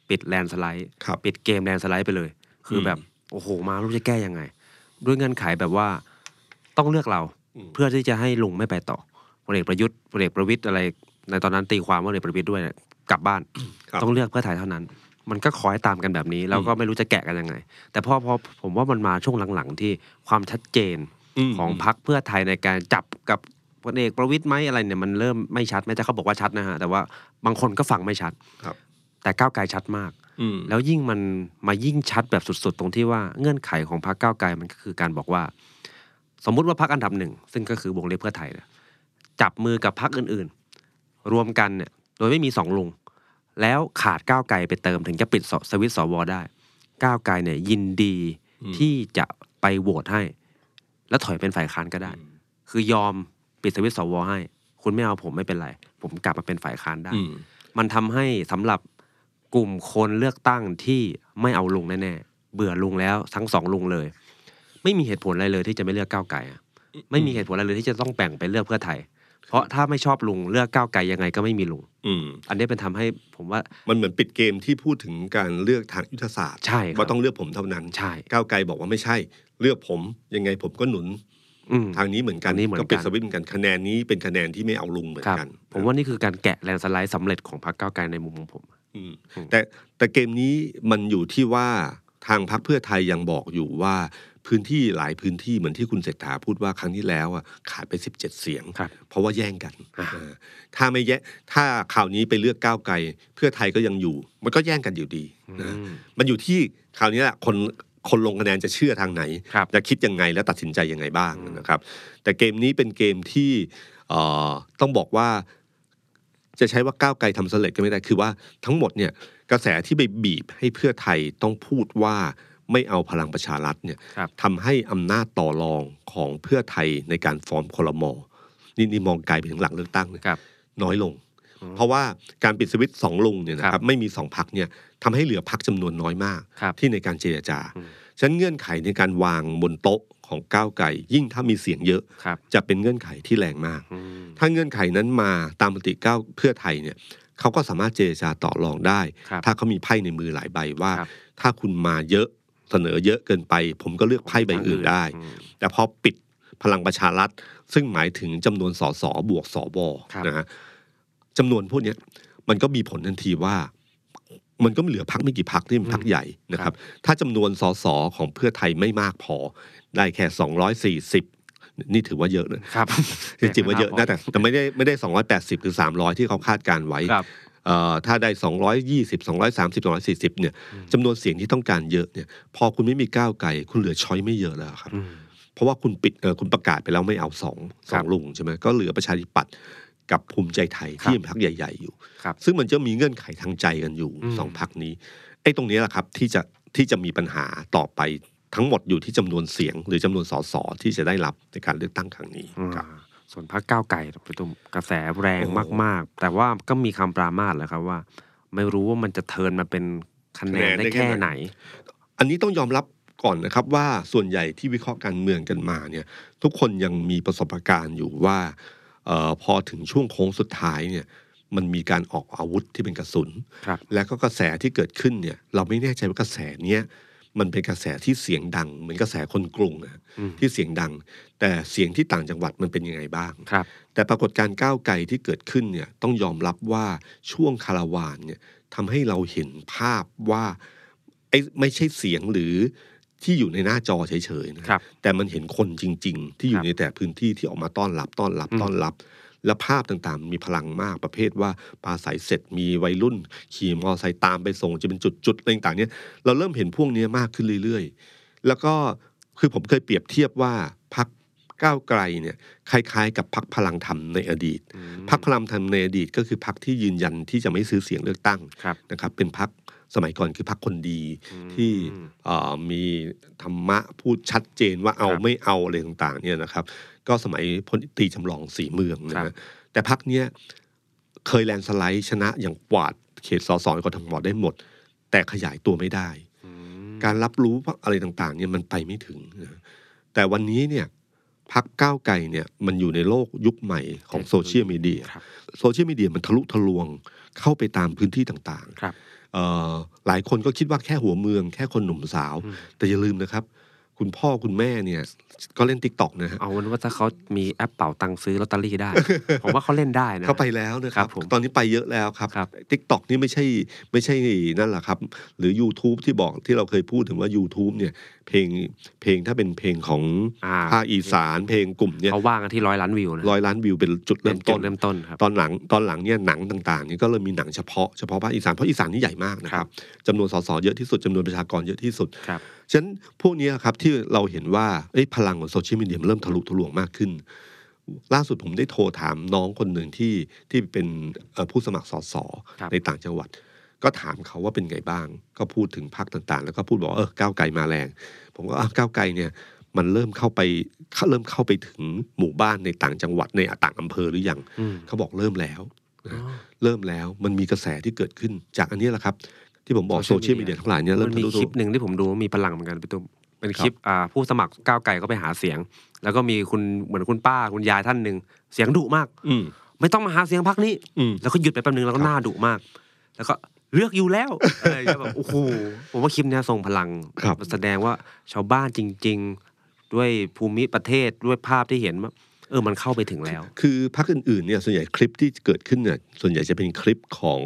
Speaker 3: ปิดแลนด์สไลด์
Speaker 2: ครับ
Speaker 3: ปิดเกมแลนด์สไลด์ไปเลย คืออ
Speaker 2: ม
Speaker 3: แบบ โอ้โห มาไม่รู้จะแก้ยังไง ด้วยเงื่อนไขแบบว่าต้องเลือกเรา
Speaker 2: อืม
Speaker 3: เพื่อที่จะให้ลุงไม่ไปต่อพลเอกประยุทธ์พลเอกประวิตยอะไร ในตอนนั้นตีความว่าพลเอกประวิตยด้วยเนี่ยกลับบ้าน
Speaker 2: ครับ
Speaker 3: ต้องเลือกเพื่อไทยเท่านั้น มันก็คอยตามกันแบบนี้ แล้วก็ไม่รู้จะแกะกันยังไง แต่พอพอผมว่ามันมาช่วงหลังๆ ที่ความชัดเจน
Speaker 2: อืม
Speaker 3: ของพรรคเพื่อไทยในการจับกับพลเอกประวิตยไหมอะไรเนี่ยมันเริ่มไม่ชัดแม้จะเขาบอกว่าชัดนะฮะแต่ว่าบางคนก็ฟังไม่ชัด
Speaker 2: ครับ
Speaker 3: แต่ก้าวไกลชัดมาก
Speaker 2: อืม
Speaker 3: แล้วยิ่งมันมายิ่งชัดแบบสุดๆ ตรงที่ว่าเงื่อนไขของพรรคก้าวไกลมันก็คือการบอกว่า สมมุติว่าพรรคอันดับหนึ่งซึ่งก็คือวงเล็บเพื่อไทยเนี่ยจับมือกับพรรคอื่นๆ รวมกันเนี่ยโดยไม่มีสองลุง แล้วขาดก้าวไกลไปเติมถึงจะปิดสสวิตช์สวได้ ก้าวไกลเนี่ยยินดีที่จะไปโหวตให้ แล้วถอยเป็นฝ่ายค้านก็ได้ คือยอมปิดสวิตช์สวให้ คุณไม่เอาผมไม่เป็นไร ผมกลับมาเป็นฝ่ายค้านได้
Speaker 2: อืม
Speaker 3: มันทำให้สำหรับกลุ่มคนเลือกตั้งที่ไม่เอาลุงแน่ๆ เบื่อลุงแล้วทั้งสองลุงเลย ไม่มีเหตุผลอะไรเลยที่จะไม่เลือกก้าวไกลอะไม่มีเหตุผลอะไรเลยที่จะต้องแบ่งไปเลือกเพื่อไทย เพราะถ้าไม่ชอบลุงเลือกก้าวไกลยังไงก็ไม่มีลุง
Speaker 2: อืม
Speaker 3: อันนี้เป็นทำให้ผมว่า
Speaker 2: มันเหมือนปิดเกมที่พูดถึงการเลือกทางยุทธศาสตร์
Speaker 3: ใช่ครับ
Speaker 2: ว่าต้องเลือกผมเท่านั้น
Speaker 3: ใช่
Speaker 2: ก้าวไกลบอกว่าไม่ใช่เลือกผมยังไงผมก็หนุน
Speaker 3: อืม
Speaker 2: ทางนี้เหมือนกัน
Speaker 3: ทางนี้เหมือนกัน
Speaker 2: ปิดสวิตช์เหมือนกันคะแนนนี้เป็นคะแนนที่ไม่เอาลุงเหมือน
Speaker 3: ครับ
Speaker 2: กัน
Speaker 3: ผมว่านี่คือการแกะแลนด์สไลด์สำเร็จของพรรคก้าวไกลในมุมของผม
Speaker 2: อืมแต่แต่เกมนี้มันอยู่ที่ว่าทางพรรคเพื่อไทยยังบอกอยู่ว่าพื้นที่หลายพื้นที่เหมือนที่คุณเศรษฐาพูดว่าครั้งที่แล้วอะขาดไป 17 เสียง
Speaker 3: ครับ
Speaker 2: เพราะว่าแย่งกัน
Speaker 3: อ่า
Speaker 2: เออถ้าไม่แย่ถ้าข่าวนี้ไปเลือกก้าวไกล เพื่อไทยก็ยังอยู่ มันก็แย่งกันอยู่ดีนะ
Speaker 3: อืม
Speaker 2: มันอยู่ที่คราวนี้แหละคนคนลงคะแนนจะเชื่อทางไหน
Speaker 3: ครับ
Speaker 2: จะคิดยังไงและตัดสินใจยังไงบ้างนะครับ แต่เกมนี้เป็นเกมที่เอ่อต้องบอกว่า จะใช้ว่าก้าวไกลทำสำเร็จก็ไม่ได้คือว่าทั้งหมดเนี่ยกระแสที่ไปบีบให้เพื่อไทยต้องพูดว่าไม่เอาพลังประชารัฐเนี่ย
Speaker 3: ครับ
Speaker 2: ทำให้อำนาจต่อรองของเพื่อไทยในการฟอร์มคลรม นี่นี่มองไกลไปถึงหลังเลือกตั้งนะครับ น้อยลง เพราะว่าการปิดสวิตช์สองลุงเนี่ยนะค
Speaker 3: ครั
Speaker 2: รับบ ไม่มีสองพักเนี่ยทำให้เหลือพักจำนวนน้อยมาก
Speaker 3: ครับ
Speaker 2: ที่ในการเจรจา
Speaker 3: อืม
Speaker 2: ฉะนันเงื่อนไขในการวางบนโต๊ะของก้าวไกลยิ่งถ้ามีเสียงเยอะ
Speaker 3: ครับ
Speaker 2: จะเป็นเงื่อนไขที่แรงมาก
Speaker 3: อืม
Speaker 2: ถ้าเงื่อนไขนั้นมาตามปฏิก้าวเพื่อไทยเนี่ยเขาก็สามารถเจรจาต่อรองได้
Speaker 3: ครับ
Speaker 2: ถ้าเขามีไพ่ในมือหลายใบว่า
Speaker 3: ครับ
Speaker 2: ถ้าคุณมาเยอะเสนอเยอะเกินไป ผมก็เลือกไพ่ใบอื่นได้
Speaker 3: อืม
Speaker 2: แต่พอปิดพลังประชารัฐ ซึ่งหมายถึงจำนวนสสบวกสว
Speaker 3: ครับ
Speaker 2: นะฮะจำนวนพวกเนี้ยมันก็มีผลทันทีว่า มันก็เหลือพักไม่กี่พักที่เป็นพักใหญ่นะครับ ถ้าจำนวนสสของเพื่อไทยไม่มากพอ ได้แค่ 240 นี่ถือว่าเยอะนะครับ จริงๆว่าเยอะนะแต่แต่ไม่ได้ไม่ได้ 280หรือ300 ที่เขาคาดการไว้
Speaker 3: ครับ
Speaker 2: เอ่อถ้าได้ 220 230 240เนี่ย
Speaker 3: อืม
Speaker 2: จำนวนเสียงที่ต้องการเยอะเนี่ยพอคุณไม่มีก้าวไกลคุณเหลือช้อยไม่เยอะแล้วครับ
Speaker 3: อืม
Speaker 2: เพราะว่าคุณปิดเอ่อคุณประกาศไปแล้วไม่เอาสองส
Speaker 3: ครั
Speaker 2: อง
Speaker 3: บ
Speaker 2: ลุงใช่ไหมก็เหลือประชาธิปัตย์กับภูมิใจไทยที่ยั
Speaker 3: ครับ
Speaker 2: งเป็นพักใหญ่ ๆ อยู่
Speaker 3: ครับ
Speaker 2: ซึ่งมันจะมีเงื่อนไขทางใจกันอยู่
Speaker 3: อืม
Speaker 2: สองพักนี้ไอ้ตรงนี้แหละครับที่จะที่จะมีปัญหาต่อไปทั้งหมดอยู่ที่จำนวนเสียง หรือจำนวนสสที่จะได้รับในการเลือกตั้งครั้งนี้ครับ
Speaker 3: อ่าส่วนพรรคก้าวไก่ไปตุ้มกระแสแรง
Speaker 2: โอ้โห
Speaker 3: มากๆ แต่ว่าก็มีคำปรามาสแหละครับว่า ไม่รู้ว่ามันจะเทิร์นมาเป็นคะแน
Speaker 2: คะแน
Speaker 3: น
Speaker 2: นได้
Speaker 3: ได้
Speaker 2: แค่
Speaker 3: แค่
Speaker 2: ไห
Speaker 3: ไห
Speaker 2: น
Speaker 3: น
Speaker 2: อันนี้ต้องยอมรับก่อนนะครับว่าส่วนใหญ่ที่วิเคราะห์การเมืองกันมาเนี่ยทุกคนยังมีประสบการณ์อยู่ว่าเออพอถึงช่วงโค้งสุดท้ายเนี่ยมันมีการออกอาวุธที่เป็นกระสุน
Speaker 3: ครับ
Speaker 2: และก็กระแสที่เกิดขึ้นเนี่ยเราไม่แน่ใจว่ากระแสเนี้ยมันเป็นกระแสที่เสียงดัง เหมือนกระแสคนกรุงนะ
Speaker 3: อืม
Speaker 2: ที่เสียงดัง แต่เสียงที่ต่างจังหวัดมันเป็นยังไงบ้าง
Speaker 3: ครับ
Speaker 2: แต่ปรากฏการณ์ก้าวไกลที่เกิดขึ้นเนี่ยต้องยอมรับว่าช่วงคาราวานเนี่ยทำให้เราเห็นภาพว่าไอ้ไม่ใช่เสียงหรือที่อยู่ในหน้าจอเฉยๆนะครับแต่มันเห็นคนจริง ๆ ที่อ
Speaker 3: ครั
Speaker 2: ยู่
Speaker 3: บ
Speaker 2: ในแต่พื้นที่ที่ออกมาต้อนรับต้อนรับ
Speaker 3: อืม
Speaker 2: ต้อนรับ และภาพต่างๆ มีพลังมากประเภทว่าปลาใสเสร็จมีวัยรุ่น ขี่มอเตอร์ไซค์ตามไปส่งจะเป็นจุดๆอะไรต่างๆเนี่ยเราเริ่มเห็นพวกเนี้ยมากขึ้นเรื่อย ๆ แล้วก็คือผมเคยเปรียบเทียบว่าพักก้าวไกลเนี่ยคล้ายๆ กับพักพลังธรรมในอดีต พรรคพลังธรรมในอดีตก็คือพรรคที่ยืนยันที่จะไม่ซื้อเสียงเลือกตั้ง
Speaker 3: ครับ
Speaker 2: นะครับ เป็นพรรคสมัยก่อนคือพรรคคนดีที่เอ่อมีธรรมะพูดชัดเจนว่าเอา
Speaker 3: ครับ
Speaker 2: ไม่เอาอะไรต่างๆเนี่ยนะครับ ก็สมัยพลตรีจำลองสีเมืองนะ
Speaker 3: ครั
Speaker 2: ฮะ
Speaker 3: บ
Speaker 2: แต่พรรคเนี้ยเคยแลนด์สไลด์ชนะอย่างกวาดเขตสสกทมได้หมด แต่ขยายตัวไม่ได้
Speaker 3: อืม
Speaker 2: การรับรู้อะไรต่างๆเนี่ยมันไปไม่ถึงนะแต่วันนี้เนี่ยพักก้าวไกลเนี่ยมันอยู่ในโลกยุคใหม่ของโซเชียลมีเดีย
Speaker 3: ครับ
Speaker 2: โซเชียลมีเดียมันทะลุทะลวงเข้าไปตามพื้นที่ต่าง
Speaker 3: ครับ
Speaker 2: ๆเอ่อหลายคนก็คิดว่าแค่หัวเมือง แค่คนหนุ่มสาว
Speaker 3: อืม
Speaker 2: แต่อย่าลืมนะครับ คุณพ่อคุณแม่เนี่ยก็เล่นติ๊กต็อกนะฮะ
Speaker 3: เอาเป็นว่าถ้าเขามีแอปเป่าตังค์ซื้อลอตเตอรี่
Speaker 2: *laughs*
Speaker 3: ได้ ผมว่าเขาเล่นได้นะ
Speaker 2: เข้าไปแล้วนะค
Speaker 3: ครั
Speaker 2: รับบ
Speaker 3: ผม
Speaker 2: ตอนนี้ไปเยอะแล้วครับ
Speaker 3: ครับ
Speaker 2: ติ๊กต็อกนี่ไม่ใช่ไม่ใช่นั่นแหละครับ หรือ YouTube ที่บอกที่เราเคยพูดถึงว่า YouTube เนี่ยเพลงเพลงถ้าเป็นเพลงของ
Speaker 3: อ่า
Speaker 2: ภาคอีสานเพลงกลุ่มเนี่ย
Speaker 3: เขาว่างกันที่ร้อยล้านวิวนะ
Speaker 2: ร้อยล้านวิวเป็นจุด
Speaker 3: เป็
Speaker 2: เริ่
Speaker 3: น
Speaker 2: ม
Speaker 3: จุ
Speaker 2: ต้
Speaker 3: ด
Speaker 2: น
Speaker 3: เริ่มต้นครับ
Speaker 2: ตอนหลังตอนหลังเนี่ยหนังต่างๆนี่ก็เริ่มมีหนังเฉพาะเฉพาะภาคอีสานเพราะอีสานนี่ใหญ่มากนะค
Speaker 3: ครั
Speaker 2: รับบ จำนวนสสเยอะที่สุดจำนวนประชากรเยอะที่สุด
Speaker 3: ครับ
Speaker 2: ฉะนั้นพวกเนี้ยครับที่เราเห็นว่าเอ้ยพลังของโซเชียลมีเดียเริ่มทะลุทะลวงมากขึ้น ล่าสุดผมได้โทรถามน้องคนหนึ่งที่ที่เป็นเอ่อผู้สมัครสส
Speaker 3: ครับ
Speaker 2: ในต่างจังหวัด ก็ถามเขาว่าเป็นไงบ้าง ก็พูดถึงพรรคต่างๆ แล้วก็พูดบอกว่าเออก้าวไกลมาแรง ผมก็อ้าวก้าวไกลเนี่ยมันเริ่มเข้าไปเข้าเริ่มเข้าไปถึงหมู่บ้านในต่างจังหวัดในต่างอำเภอหรือยัง
Speaker 3: อืม
Speaker 2: เขาบอกเริ่มแล้ว
Speaker 3: อ๋อ
Speaker 2: เริ่มแล้วมันมีกระแสที่เกิดขึ้น จากอันนี้แหละครับ ที่ผมบอกโซ
Speaker 3: Social
Speaker 2: เชียลมีเดี
Speaker 3: media
Speaker 2: ยทั้งหลายเนี่ย
Speaker 3: มั
Speaker 2: เริ่
Speaker 3: น
Speaker 2: ม
Speaker 3: มี
Speaker 2: ทะลุทะล
Speaker 3: คลิ
Speaker 2: ว
Speaker 3: ป
Speaker 2: ง
Speaker 3: หนึ่งที่ผมดูว่ามีพลังเหมือนกันพี่ตุ้มเป็น
Speaker 2: ครับ
Speaker 3: คลิปอ่าผู้สมัครก้าวไก่ก็ไปหาเสียง แล้วก็มีคุณเหมือนคุณป้าคุณยายท่านหนึ่งเสียงดุมาก
Speaker 2: อืม
Speaker 3: ไม่ต้องมาหาเสียงพักนี้
Speaker 2: อืม
Speaker 3: แล้วก็หยุดไปแป๊บนึงแล้วก็หน้าดุมาก แล้วก็เลือกอยู่แล้วอะไรอย่างเงี้ยแบบ *laughs* โอ้โหผมว่าคลิปเนี้ยทรงพลัง
Speaker 2: ครับ
Speaker 3: แสดงว่าชาวบ้านจริง ๆ ด้วยภูมิประเทศด้วยภาพที่เห็นว่าเออมันเข้าไปถึงแล้ว
Speaker 2: คือพรรคอื่นๆเนี่ยส่วนใหญ่คลิปที่เกิดขึ้นเนี่ยส่วนใหญ่จะเป็นคลิปของ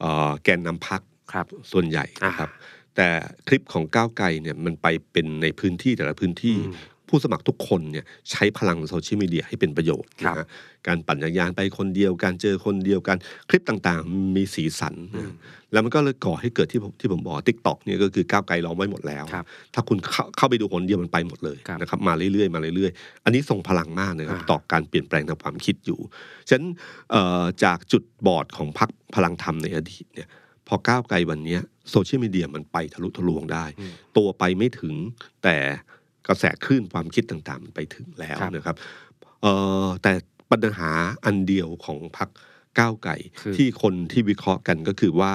Speaker 2: เออแกนนำพัก
Speaker 3: ครับ
Speaker 2: ส่วนใหญ่นะครับ แต่คลิปของก้าวไกลเนี่ยมันไปเป็นในพื้นที่แต่ละพื้นที่
Speaker 3: อืม
Speaker 2: ผู้สมัครทุกคนเนี่ยใช้พลังโซเชียลมีเดียให้เป็นประโยชน์
Speaker 3: ครับ
Speaker 2: นะฮะการปั่นจักรยานไปคนเดียว การเจอคนเดียวกันคลิปต่างๆ มีสีสันนะ
Speaker 3: อืม
Speaker 2: แล้วมันก็เลยก่อให้เกิดที่ผมที่ผมบอกทิกตอกเนี่ยก็คือก้าวไกลร้องไว้หมดแล้ว
Speaker 3: ครับ
Speaker 2: ถ้าคุณเข้าเข้าไปดูคนเดียวมันไปหมดเลย
Speaker 3: ครับ
Speaker 2: นะครับมาเรื่อยๆมาเรื่อยๆ อันนี้ส่งพลังมากนะครับ
Speaker 3: อ่า
Speaker 2: ต่อการเปลี่ยนแปลงทางความคิดอยู่ฉะนั้นเอ่อจากจุดบอดของพรรคพลังธรรมในอดีตเนี่ย พอก้าวไกลวันเนี้ยโซเชียลมีเดียมันไปทะลุทะลวงได้
Speaker 3: อืม
Speaker 2: ตัวไปไม่ถึงแต่กระแสคลื่นความคิดต่างๆ มันไปถึงแล้ว
Speaker 3: ครับ
Speaker 2: นะครับเอ่อแต่ ปัญหาอันเดียวของพรรคก้าวไก่
Speaker 3: คือ
Speaker 2: ที่คนที่วิเคราะห์กันก็คือว่า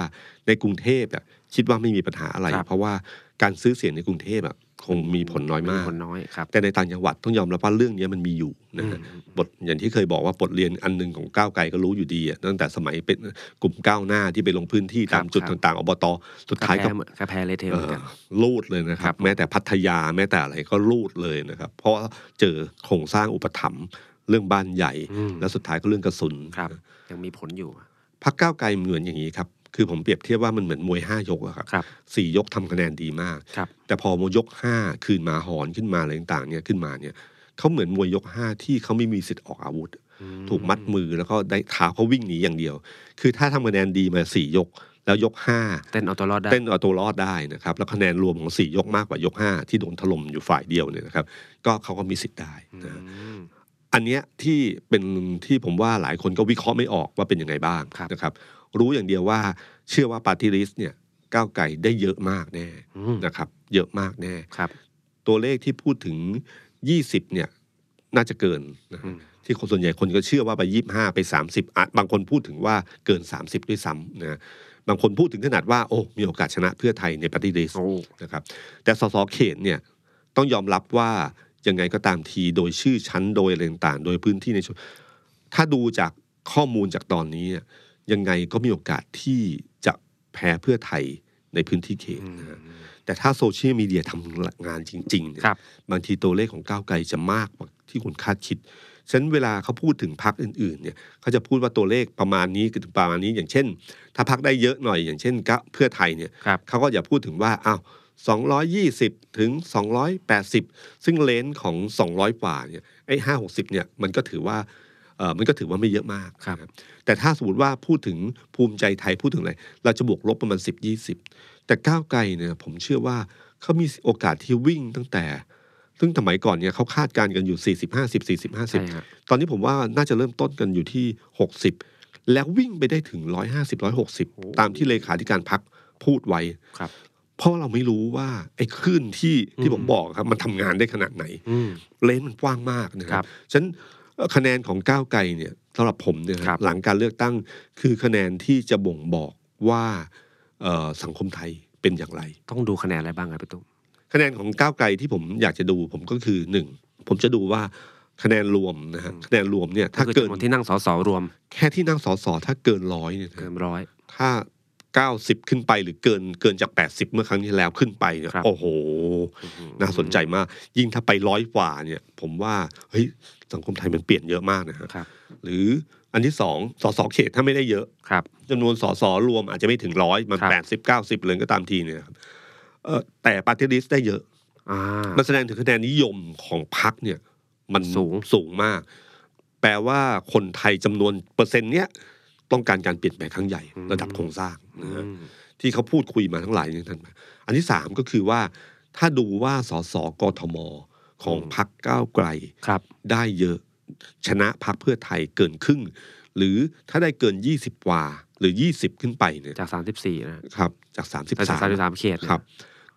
Speaker 2: ในกรุงเทพอะคิดว่าไม่มีปัญหาอะไร
Speaker 3: ครับ
Speaker 2: เพราะว่าการซื้อเสียงในกรุงเทพอะคงมีผลน้อยมาก
Speaker 3: คนน้อยครับ
Speaker 2: แต่ในต่างจังหวัดต้องยอมรับว่าเรื่องนี้มันมีอยู่นะฮะบทอย่างที่เคยบอกว่าบทเรียนอันหนึ่งของก้าวไกลก็รู้อยู่ดีอะตั้งแต่สมัยเป็นกลุ่มก้าวหน้าที่ไปลงพื้นที่ตาม
Speaker 3: ครับ
Speaker 2: จุด
Speaker 3: ครับ
Speaker 2: ต่างๆอบตสุดท้ายก็
Speaker 3: แพ้เหมือนแพ้เลยเทลเหมือนกัน
Speaker 2: เอ่อลูดเลยนะค
Speaker 3: ครั
Speaker 2: รับ
Speaker 3: บ
Speaker 2: แม้แต่พัทยาแม้แต่อะไรก็ลูดเลยนะครับ เพราะเจอโครงสร้างอุปถัมภ์เรื่องบ้านใหญ่
Speaker 3: อืม
Speaker 2: แล้วสุดท้ายก็เรื่องกระสุน
Speaker 3: ครับ ยังมีผลอยู่
Speaker 2: พักก้าวไกลเหมือนอย่างนี้ครับ คือผมเปรียบเทียบว่ามันเหมือนมวยห้ายกอะครับ
Speaker 3: ครับ
Speaker 2: สี่ยกทำคะแนนดีมาก
Speaker 3: ครับ
Speaker 2: แต่พอมวยยกห้าคืนมาหอนขึ้นมาอะไรต่างๆเนี่ยขึ้นมาเนี่ยเขาเหมือนมวยยกห้าที่เขาไม่มีสิทธิ์ออกอาวุธ
Speaker 3: อื
Speaker 2: ถูกมัดมือแล้วก็ได้เท้าเขาวิ่งหนีอย่างเดียว คือถ้าทำคะแนนดีมาสี่ยก แล้วยกห้า
Speaker 3: เต้นเอาตัวรอดได้
Speaker 2: เต้นเอาตัวรอดได้นะครับ แล้วคะแนนรวมของ 4 ยกมากกว่ายก 5 ที่โดนถล่มอยู่ฝ่ายเดียวเนี่ยนะครับ ก็เขาก็มีสิทธิ์ได้นะฮะอันเนี้ยที่เป็นที่ผมว่าหลายคนก็วิเคราะห์ไม่ออกว่าเป็นยังไงบ้าง
Speaker 3: ครับ
Speaker 2: นะครับ รู้อย่างเดียวว่าเชื่อว่าปาร์ตี้ลิสเนี่ยก้าวไก่ได้เยอะมากแน่
Speaker 3: อืม
Speaker 2: นะครับ เยอะมากแน่
Speaker 3: ครับ
Speaker 2: ตัวเลขที่พูดถึง 20 เนี่ยน่าจะเกินนะฮะ
Speaker 3: อืม
Speaker 2: ที่คนส่วนใหญ่คนก็เชื่อว่าไป 25 ไป 30อ่ะบางคนพูดถึงว่าเกิน 30 ด้วยซ้ำนะบางคนพูดถึงขนาดว่าโอ้มีโอกาสชนะเพื่อไทยในปฏิเดส
Speaker 3: โอ้
Speaker 2: นะครับแต่สสเขตเนี่ยต้องยอมรับว่ายังไงก็ตามทีโดยชื่อชั้นโดยอะไรต่างๆโดยพื้นที่ในชนถ้าดูจากข้อมูลจากตอนนี้เนี่ยยังไงก็มีโอกาสที่จะแพ้เพื่อไทยในพื้นที่เขตนะฮะแต่ถ้าโซเชียลมีเดียทำงานจริงๆเนี่ย
Speaker 3: ครับ
Speaker 2: งทีตัวเลขของก้าวไกลจะมากกว่าที่คุณคาดคิด ฉะนั้นเวลาเขาพูดถึงพรรคอื่นๆเนี่ยเขาจะพูดว่าตัวเลขประมาณนี้คือประมาณนี้อย่างเช่น ถ้าพรรคได้เยอะหน่อยอย่างเช่นก้าวเพื่อไทยเนี่ย
Speaker 3: ครับ
Speaker 2: เขาก็อย่าพูดถึงว่า อ้าว 220 ถึง 280 ซึ่งเลนส์ของ 200กว่าเนี่ย ไอ้560 เนี่ย มันก็ถือว่า เออมันก็ถือว่าไม่เยอะมาก
Speaker 3: ครับ
Speaker 2: นะแต่ถ้าสมมติว่าพูดถึงภูมิใจไทยพูดถึงอะไร เราจะบวกลบประมาณ 10 20 แต่ก้าวไกลเนี่ย ผมเชื่อว่าเขามีโอกาสที่วิ่งตั้งแต่ ซึ่งสมัยก่อนเนี่ยเขาคาดการณ์กันอยู่ 40 50 40
Speaker 3: ใช่
Speaker 2: 50
Speaker 3: ฮะ
Speaker 2: ตอนนี้ผมว่าน่าจะเริ่มต้นกันอยู่ที่ 60 แล้ววิ่งไปได้ถึง 150 160 ตามที่เลขาธิการพักพูดไว้
Speaker 3: ครับ
Speaker 2: เพราะเราไม่รู้ว่าไอ้คลื่นที่
Speaker 3: อืม
Speaker 2: ที่ผมบอกครับมันทำงานได้ขนาดไหน
Speaker 3: อืม
Speaker 2: เลนส์มันกว้างมากนะค
Speaker 3: ครั
Speaker 2: รับบ ฉะนันเอ่อคะแนนของก้าวไกลเนี่ยสำหรับผมเนี่ยนะครับ หลังการเลือกตั้งคือคะแนนที่จะบ่งบอกว่าเอ่อสังคมไทยเป็นอย่างไร
Speaker 3: ต้องดูคะแนนอะไรบ้างครับพี่ตุ้ม
Speaker 2: คะแนนของก้าวไกลที่ผมอยากจะดูผมก็คือหนึ่งผมจะดูว่าคะแนนรวมนะฮะ
Speaker 3: อืม
Speaker 2: คะแนนรวมเนี่ยถ้า
Speaker 3: คือ
Speaker 2: เกิน
Speaker 3: จำนวนที่นั่งสสรวม
Speaker 2: แค่ที่นั่งสสถ้าเกินร้อยเนี่ยนะ
Speaker 3: เกินร้อย
Speaker 2: ถ้า 90 ขึ้นไปหรือเกินเกินจาก 80 เมื่อครั้งที่แล้วขึ้นไปเนี่ย
Speaker 3: ครับ
Speaker 2: โอ้โห น่าสนใจมาก ยิ่งถ้าไปร้อยกว่าเนี่ย ผมว่าเฮ้ยสังคมไทยมันเปลี่ยนเยอะมากนะฮะ
Speaker 3: ครับ
Speaker 2: หรืออันที่สองสสเขตถ้าไม่ได้เยอะ
Speaker 3: ครับ
Speaker 2: จำนวนสสรวมอาจจะไม่ถึงร้อยมัน
Speaker 3: ครับ
Speaker 2: แปดสิบเก้าสิบเลยก็ตามทีเนี่ยครับเอ่อแต่ปาร์ตี้ลิสได้เยอะ
Speaker 3: อ่า
Speaker 2: มันแสดงถึงคะแนนนิยมของพรรคเนี่ย มัน
Speaker 3: สูง
Speaker 2: สูงมาก แปลว่าคนไทยจำนวนเปอร์เซ็นต์เนี้ยต้องการการเปลี่ยนแปลงครั้งใหญ่ระดับโครงสร้างนะฮะ
Speaker 3: อืม
Speaker 2: ที่เขาพูดคุยมาทั้งหลายเนี่ยท่านมาอันที่สามก็คือว่า ถ้าดูว่าสสกทม ของ
Speaker 3: อืม
Speaker 2: พักก้าวไกล
Speaker 3: ครับ
Speaker 2: ได้เยอะชนะพักเพื่อไทยเกินครึ่ง หรือถ้าได้เกิน 20 กว่า หรือ 20 ขึ้นไปเนี่ย
Speaker 3: จากสามสิบสี่นะครับ
Speaker 2: จาก
Speaker 3: แต่จากสามสิบ
Speaker 2: 33
Speaker 3: สามเขตเนี่ย
Speaker 2: ครับ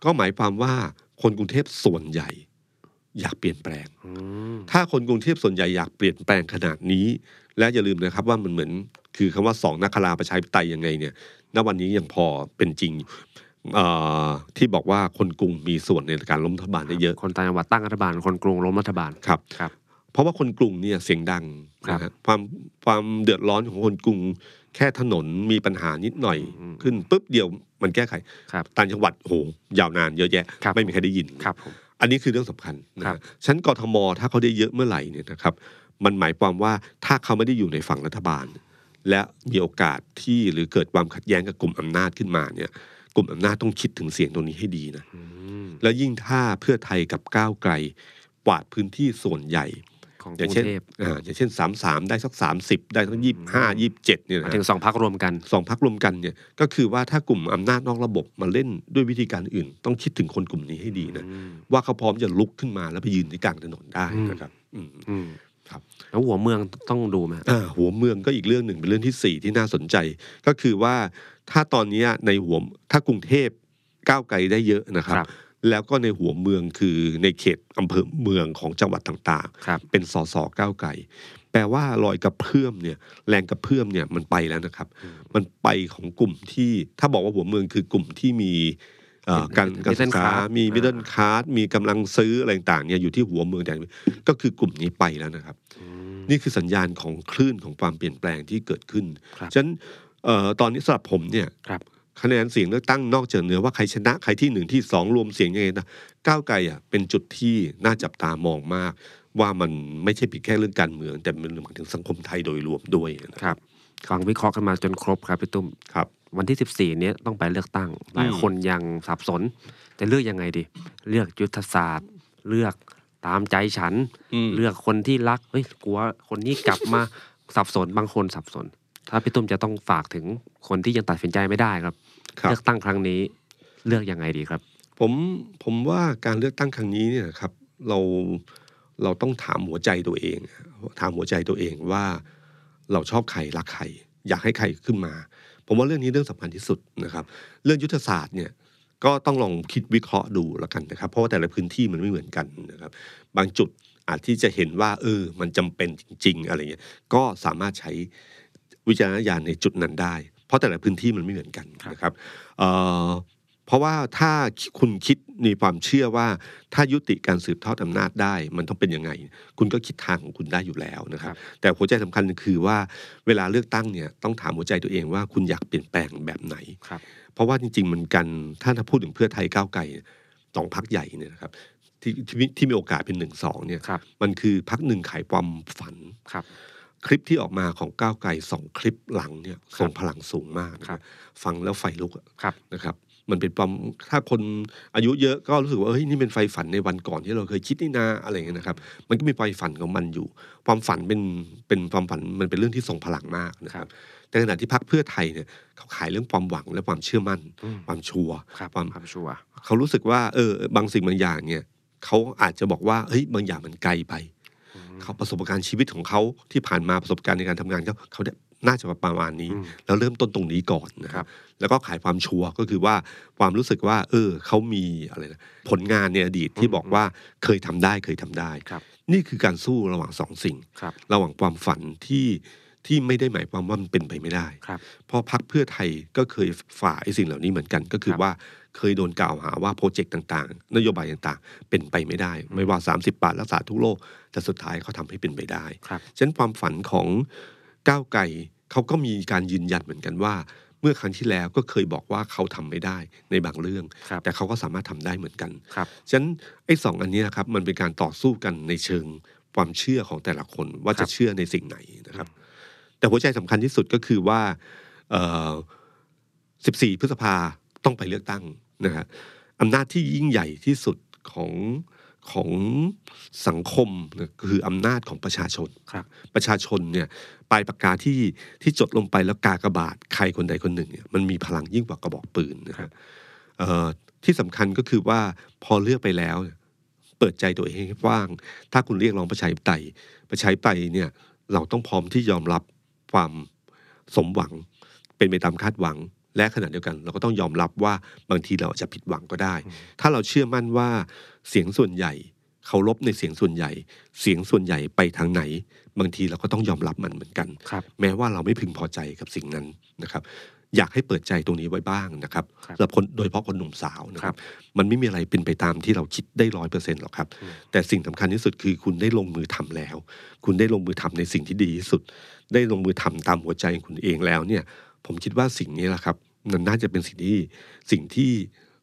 Speaker 2: ก็หมายความว่าคนกรุงเทพส่วนใหญ่ อยากเปลี่ยนแปลง
Speaker 3: อืม
Speaker 2: ถ้าคนกรุงเทพส่วนใหญ่อยากเปลี่ยนแปลงขนาดนี้ และอย่าลืมนะครับว่ามันเหมือนคือคำว่าสองนักคราประชาธิปไตยยังไงเนี่ยณวันนี้ยังพอเป็นจริงอยู่เอ่อที่บอกว่าคนกรุงมีส่วนในการล้มรัฐบาลได้เยอะ
Speaker 3: คนต่างจังหวัดตั้งรัฐบาล คนกรุงล้มรัฐบาล
Speaker 2: ครับ
Speaker 3: ครับ
Speaker 2: เพราะว่าคนกรุงเนี่ยเสียงดัง
Speaker 3: ครับ
Speaker 2: นะฮะความความเดือดร้อนของคนกรุง แค่ถนนมีปัญหานิดหน่อย
Speaker 3: อืม
Speaker 2: ขึ้นปุ๊บเดียวมันแก้ไข
Speaker 3: ครับ
Speaker 2: ต่างจังหวัดโอ้โหยาวนานเยอะแยะ
Speaker 3: ครับ
Speaker 2: ไม่มีใครได้ยิน
Speaker 3: ครับผม
Speaker 2: อันนี้คือเรื่องสำคัญนะ
Speaker 3: ครั
Speaker 2: ฮะ
Speaker 3: บ
Speaker 2: ฉะนันกทมถ้าเขาได้เยอะเมื่อไหร่เนี่ยนะครับ มันหมายความว่าถ้าเขาไม่ได้อยู่ในฝั่งรัฐบาล และมีโอกาสที่หรือเกิดความขัดแย้งกับกลุ่มอำนาจขึ้นมาเนี่ย กลุ่มอำนาจต้องคิดถึงเสียงตรงนี้ให้ดีนะ
Speaker 3: อืม
Speaker 2: แล้วยิ่งถ้าเพื่อไทยกับก้าวไกลกวาดพื้นที่ส่วนใหญ่
Speaker 3: ของ
Speaker 2: อก ย่าง
Speaker 3: รุง
Speaker 2: เช่น
Speaker 3: เทพ
Speaker 2: อ่าอย่างเช่นสามสามได้สักสามสิบได้สักยี่ห้ายี่เจ็ดเนี่ย
Speaker 3: ห
Speaker 2: นะ
Speaker 3: มาย
Speaker 2: ฮะ
Speaker 3: ถึงสองพักรวมกัน
Speaker 2: สองพักรวมกันเนี่ยก็คือว่าถ้ากลุ่มอำนาจนอกระบบมาเล่นด้วยวิธีการอื่น ต้องคิดถึงคนกลุ่มนี้ให้ดีนะ
Speaker 3: อืม
Speaker 2: ว่าเขาพร้อมจะลุกขึ้นมาแล้วไปยืนในกลางถนนได้
Speaker 3: อืม
Speaker 2: นะครับอืม
Speaker 3: อืม
Speaker 2: ครับ
Speaker 3: แล้วหัวเมืองต้องดูไหม
Speaker 2: อ่าหัวเมืองก็อีกเรื่องหนึ่งเป็นเรื่องที่สี่ที่น่าสนใจ ก็คือว่าถ้าตอนเนี้ยในหัวถ้ากรุงเทพก้าวไกลได้เยอะนะครับ
Speaker 3: ครับ
Speaker 2: แล้วก็ในหัวเมืองคือในเขตอำเภอเมืองของจังหวัดต่าง
Speaker 3: ครับ
Speaker 2: ๆ เป็นสสก้าวไกล แปลว่ารอยกระเพื่อมเนี่ยแรงกระเพื่อมเนี่ยมันไปแล้วนะครับ มันไปของกลุ่มที่ถ้าบอกว่าหัวเมืองคือกลุ่มที่มีเอ่อการ
Speaker 3: เป็น
Speaker 2: การศึก
Speaker 3: middle
Speaker 2: ษา
Speaker 3: class
Speaker 2: มี
Speaker 3: อ่า
Speaker 2: middle class มีกำลังซื้ออะไรต่างๆเนี่ยอยู่ที่หัวเมืองแต่ก็คือกลุ่มนี้ไปแล้วนะครับ นี่คือสัญญาณของคลื่นของความเปลี่ยนแปลงที่เกิดขึ้น
Speaker 3: ครับ
Speaker 2: ฉะนั้นเอ่อตอนนี้สำหรับผมเนี่ย
Speaker 3: ครับ
Speaker 2: คะแนนเสียงเลือกตั้งนอกจากเหนือว่าใครชนะใครที่หนึ่งที่สองรวมเสียงยังไงนะก้าวไกลอ่ะเป็นจุดที่น่าจับตามองมาก ว่ามันไม่ใช่เพียงแค่เรื่องการเมือง แต่มันหมายถึงสังคมไทยโดยรวมด้วยนะครับ
Speaker 3: ฟังวิเคราะห์กันมาจนครบครับพี่ตุ้ม
Speaker 2: ครับ
Speaker 3: วันที่ 14 เนี้ยต้องไปเลือกตั้ง หลายคนยังสับสน จะเลือกยังไงดี เลือกยุทธศาสตร์ เลือกตามใจฉัน
Speaker 2: อืม
Speaker 3: เลือกคนที่รักเฮ้ยกลัวคนนี้กลับมา สับสนบางคนสับสน ถ้าพี่ตุ้มจะต้องฝากถึงคนที่ยังตัดสินใจไม่ได้ครับ
Speaker 2: ครับ
Speaker 3: เลือกตั้งครั้งนี้ เลือกยังไงดีครับ
Speaker 2: ผมผมว่าการเลือกตั้งครั้งนี้เนี่ยครับเราเราต้องถามหัวใจตัวเอง ถามหัวใจตัวเองว่าเราชอบใครรักใครอยากให้ใครขึ้นมา ผมว่าเรื่องนี้เรื่องสำคัญที่สุดนะครับ เรื่องยุทธศาสตร์เนี่ยก็ต้องลองคิดวิเคราะห์ดูแล้วกันนะครับ เพราะว่าแต่ละพื้นที่มันไม่เหมือนกันนะครับ บางจุดอาจที่จะเห็นว่า เออ มันจำเป็นจริง ๆ อะไรเงี้ยก็สามารถใช้วิจารณญาณในจุดนั้นได้ เพราะแต่ละพื้นที่มันไม่เหมือนกันนะครับเอ่อ เพราะว่าถ้าคุณคิดมีความเชื่อว่า ถ้ายุติการสืบทอดอำนาจได้ มันต้องเป็นยังไง คุณก็คิดทางของคุณได้อยู่แล้วนะครับ แต่หัวใจสำคัญคือว่าเวลาเลือกตั้งเนี่ยต้องถามหัวใจตัวเองว่าคุณอยากเปลี่ยนแปลงแบบไหน
Speaker 3: ครับ
Speaker 2: เพราะว่าจริงๆมันกันถ้าถ้าพูดถึงเพื่อไทยก้าวไกลเนี่ยสองพักใหญ่เนี่ยนะครับที่ที่มีที่มีโอกาสเป็นหนึ่งสองเนี่ย
Speaker 3: ครับ
Speaker 2: มันคือพักหนึ่งขายความฝัน
Speaker 3: ครับ
Speaker 2: คลิปที่ออกมาของก้าวไกลสองคลิปหลังเนี่ย
Speaker 3: ครับ
Speaker 2: ส่งพลังสูงมากนะครับ ฟังแล้วไฟลุกอะ
Speaker 3: ครับ
Speaker 2: นะครับมันเป็นความถ้าคนอายุเยอะก็รู้สึกว่าเฮ้ยนี่เป็นไฟฝันในวันก่อนที่เราเคยคิดนี่นาอะไรอย่างเงี้ยนะครับ มันก็มีไฟฝันของมันอยู่ ความฝันเป็นเป็นความฝันมันเป็นเรื่องที่ทรงพลังมากนะครับ แต่ขณะที่พักเพื่อไทยเนี่ยเขาขายเรื่องความหวังและความเชื่อมั่น
Speaker 3: อืม
Speaker 2: ความชัวร์
Speaker 3: ครับ
Speaker 2: ความ
Speaker 3: ความชัวร์
Speaker 2: เขารู้สึกว่าเออบางสิ่งบางอย่างเนี่ยเขาอาจจะบอกว่าเฮ้ยบางอย่างมันไกลไป เขาประสบการณ์ชีวิตของเขาที่ผ่านมาประสบการณ์ในการทำงานเขาเขาเนี่ยน่าจะประมาณนี้
Speaker 3: อืม
Speaker 2: แล้วเริ่มต้นตรงนี้ก่อนนะค
Speaker 3: ค
Speaker 2: รั
Speaker 3: รั
Speaker 2: บ
Speaker 3: บ
Speaker 2: แล้วก็ขายความชัวร์ก็คือว่าความรู้สึกว่า เออเขามีอะไรนะผลงานในอดีตที่บอกว่าเคยทำได้เคยทำได้
Speaker 3: ครับ
Speaker 2: นี่คือการสู้ระหว่างสองสิ่ง
Speaker 3: ครับ
Speaker 2: ระหว่างความฝันที่ที่ไม่ได้หมายความว่ามันเป็นไปไม่ได้
Speaker 3: ครับ
Speaker 2: เพราะพักเพื่อไทยก็เคยฝ่าไอ้สิ่งเหล่านี้เหมือนกัน ก็คือว่าเคยโดนกล่าวหาว่าโปรเจกต์ต่างๆ นโยบายต่างๆ เป็นไปไม่ได้ ไม่ว่า 30 บาทรักษาทุกโรคแต่สุดท้ายเขาทำให้เป็นไปได้
Speaker 3: ครับ
Speaker 2: ฉะนั้นความฝันของก้าวไกลเขาก็มีการยืนยันเหมือนกันว่า เมื่อครั้งที่แล้วก็เคยบอกว่าเขาทำไม่ได้ในบางเรื่อง
Speaker 3: ครับ
Speaker 2: แต่เขาก็สามารถทำได้เหมือนกัน
Speaker 3: ครับ
Speaker 2: ฉะนั้นไอ้สองอันเนี้ยนะครับมันเป็นการต่อสู้กันในเชิงความเชื่อของแต่ละคนว่า
Speaker 3: ครั
Speaker 2: จะ
Speaker 3: บ
Speaker 2: เชื่อในสิ่งไหนนะครับ แต่หัวใจสำคัญที่สุดก็คือว่าเอ่อ14 พฤษภาต้องไปเลือกตั้งนะฮะอำนาจที่ยิ่งใหญ่ที่สุดของของสังคมนะคืออำนาจของประชาชน
Speaker 3: ครับ
Speaker 2: ประชาชนเนี่ยปลายปากกาที่ที่จดลงไปแล้วกากระบาดใครคนใดคนหนึ่งเนี่ยมันมีพลังยิ่งกว่ากระบอกปืนนะ
Speaker 3: ครั
Speaker 2: ฮะ
Speaker 3: บ
Speaker 2: เอ่อที่สำคัญก็คือว่าพอเลือกไปแล้วเนี่ยเปิดใจตัวเองให้กว้าง ถ้าคุณเรียกร้องประชาธิปไตยประชาธิปไตยเนี่ยเราต้องพร้อมที่ยอมรับความสมหวัง เป็นไปตามคาดหวัง และขณะเดียวกัน เราก็ต้องยอมรับว่าบางทีเราอาจจะผิดหวังก็ได้ ถ้าเราเชื่อมั่นว่าเสียงส่วนใหญ่เคารพในเสียงส่วนใหญ่ เสียงส่วนใหญ่ไปทางไหน บางทีเราก็ต้องยอมรับมันเหมือนกัน
Speaker 3: ครับ
Speaker 2: แม้ว่าเราไม่พึงพอใจกับสิ่งนั้นนะครับ อยากให้เปิดใจตรงนี้ไว้บ้างนะครับ
Speaker 3: ครับ
Speaker 2: สำหรับคนโดยเฉพาะคนหนุ่มสาวนะค
Speaker 3: ครั
Speaker 2: รับ บ มันไม่มีอะไรเป็นไปตามที่เราคิดได้ร้อยเปอร์เซ็นต์หรอกครับ แต่สิ่งสำคัญที่สุดคือคุณได้ลงมือทำแล้ว คุณได้ลงมือทำในสิ่งที่ดีที่สุด ได้ลงมือทำตามหัวใจของคุณเองแล้วเนี่ย ผมคิดว่าสิ่งนี้แหละครับมันน่าจะเป็นสิ่งที่สิ่งที่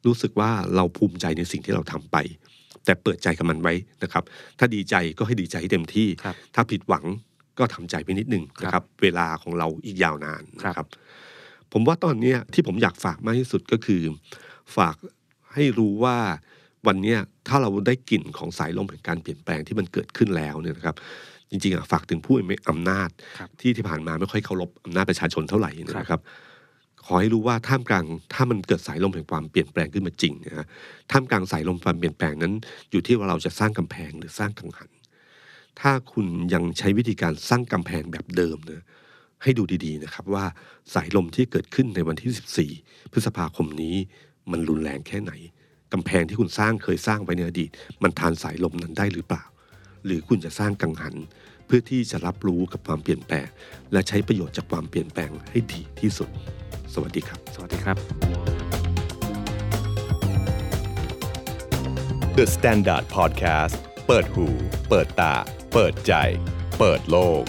Speaker 2: รู้สึกว่าเราภูมิใจในสิ่งที่เราทำไป แต่เปิดใจกับมันไว้นะครับ ถ้าดีใจก็ให้ดีใจให้เต็มที่
Speaker 3: ครับ
Speaker 2: ถ้าผิดหวังก็ทำใจไปนิดหนึ่งนะครับ เวลาของเราอีกยาวนานนะครับ ผมว่าตอนเนี้ยที่ผมอยากฝากมากที่สุดก็คือ ฝากให้รู้ว่าวันเนี้ยถ้าเราได้กลิ่นของสายลมแห่งการเปลี่ยนแปลงที่มันเกิดขึ้นแล้วเนี่ยนะครับ จริงๆอะฝากถึงผู้มีอำนาจ
Speaker 3: ครับ
Speaker 2: ที่ที่ผ่านมาไม่ค่อยเคารพอำนาจประชาชนเท่าไหร่เนยนะครับ ขอให้รู้ว่าท่ามกลางถ้ามันเกิดสายลมแห่งความเปลี่ยนแปลงขึ้นมาจริงเนะฮะท่ามกลางสายลมความเปลี่ยนแปลงนั้น อยู่ที่ว่าเราจะสร้างกำแพงหรือสร้างกังหัน ถ้าคุณยังใช้วิธีการสร้างกำแพงแบบเดิมนะให้ดูดีๆนะครับว่าสายลมที่เกิดขึ้นในวันที่ 14 พฤษภาคมนี้ มันรุนแรงแค่ไหนกำแพงที่คุณสร้างเคยสร้างไว้ในอดีต มันทานสายลมนั้นได้หรือเปล่า หรือคุณจะสร้างกังหัน เพื่อที่จะรับรู้กับความเปลี่ยนแปลง และใช้ประโยชน์จากความเปลี่ยนแปลงให้ดีที่สุด สวัสดีครับ
Speaker 3: สวัสดีครับ
Speaker 1: The Standard Podcast เปิดหูเปิดตา เปิดใจ เปิดโลก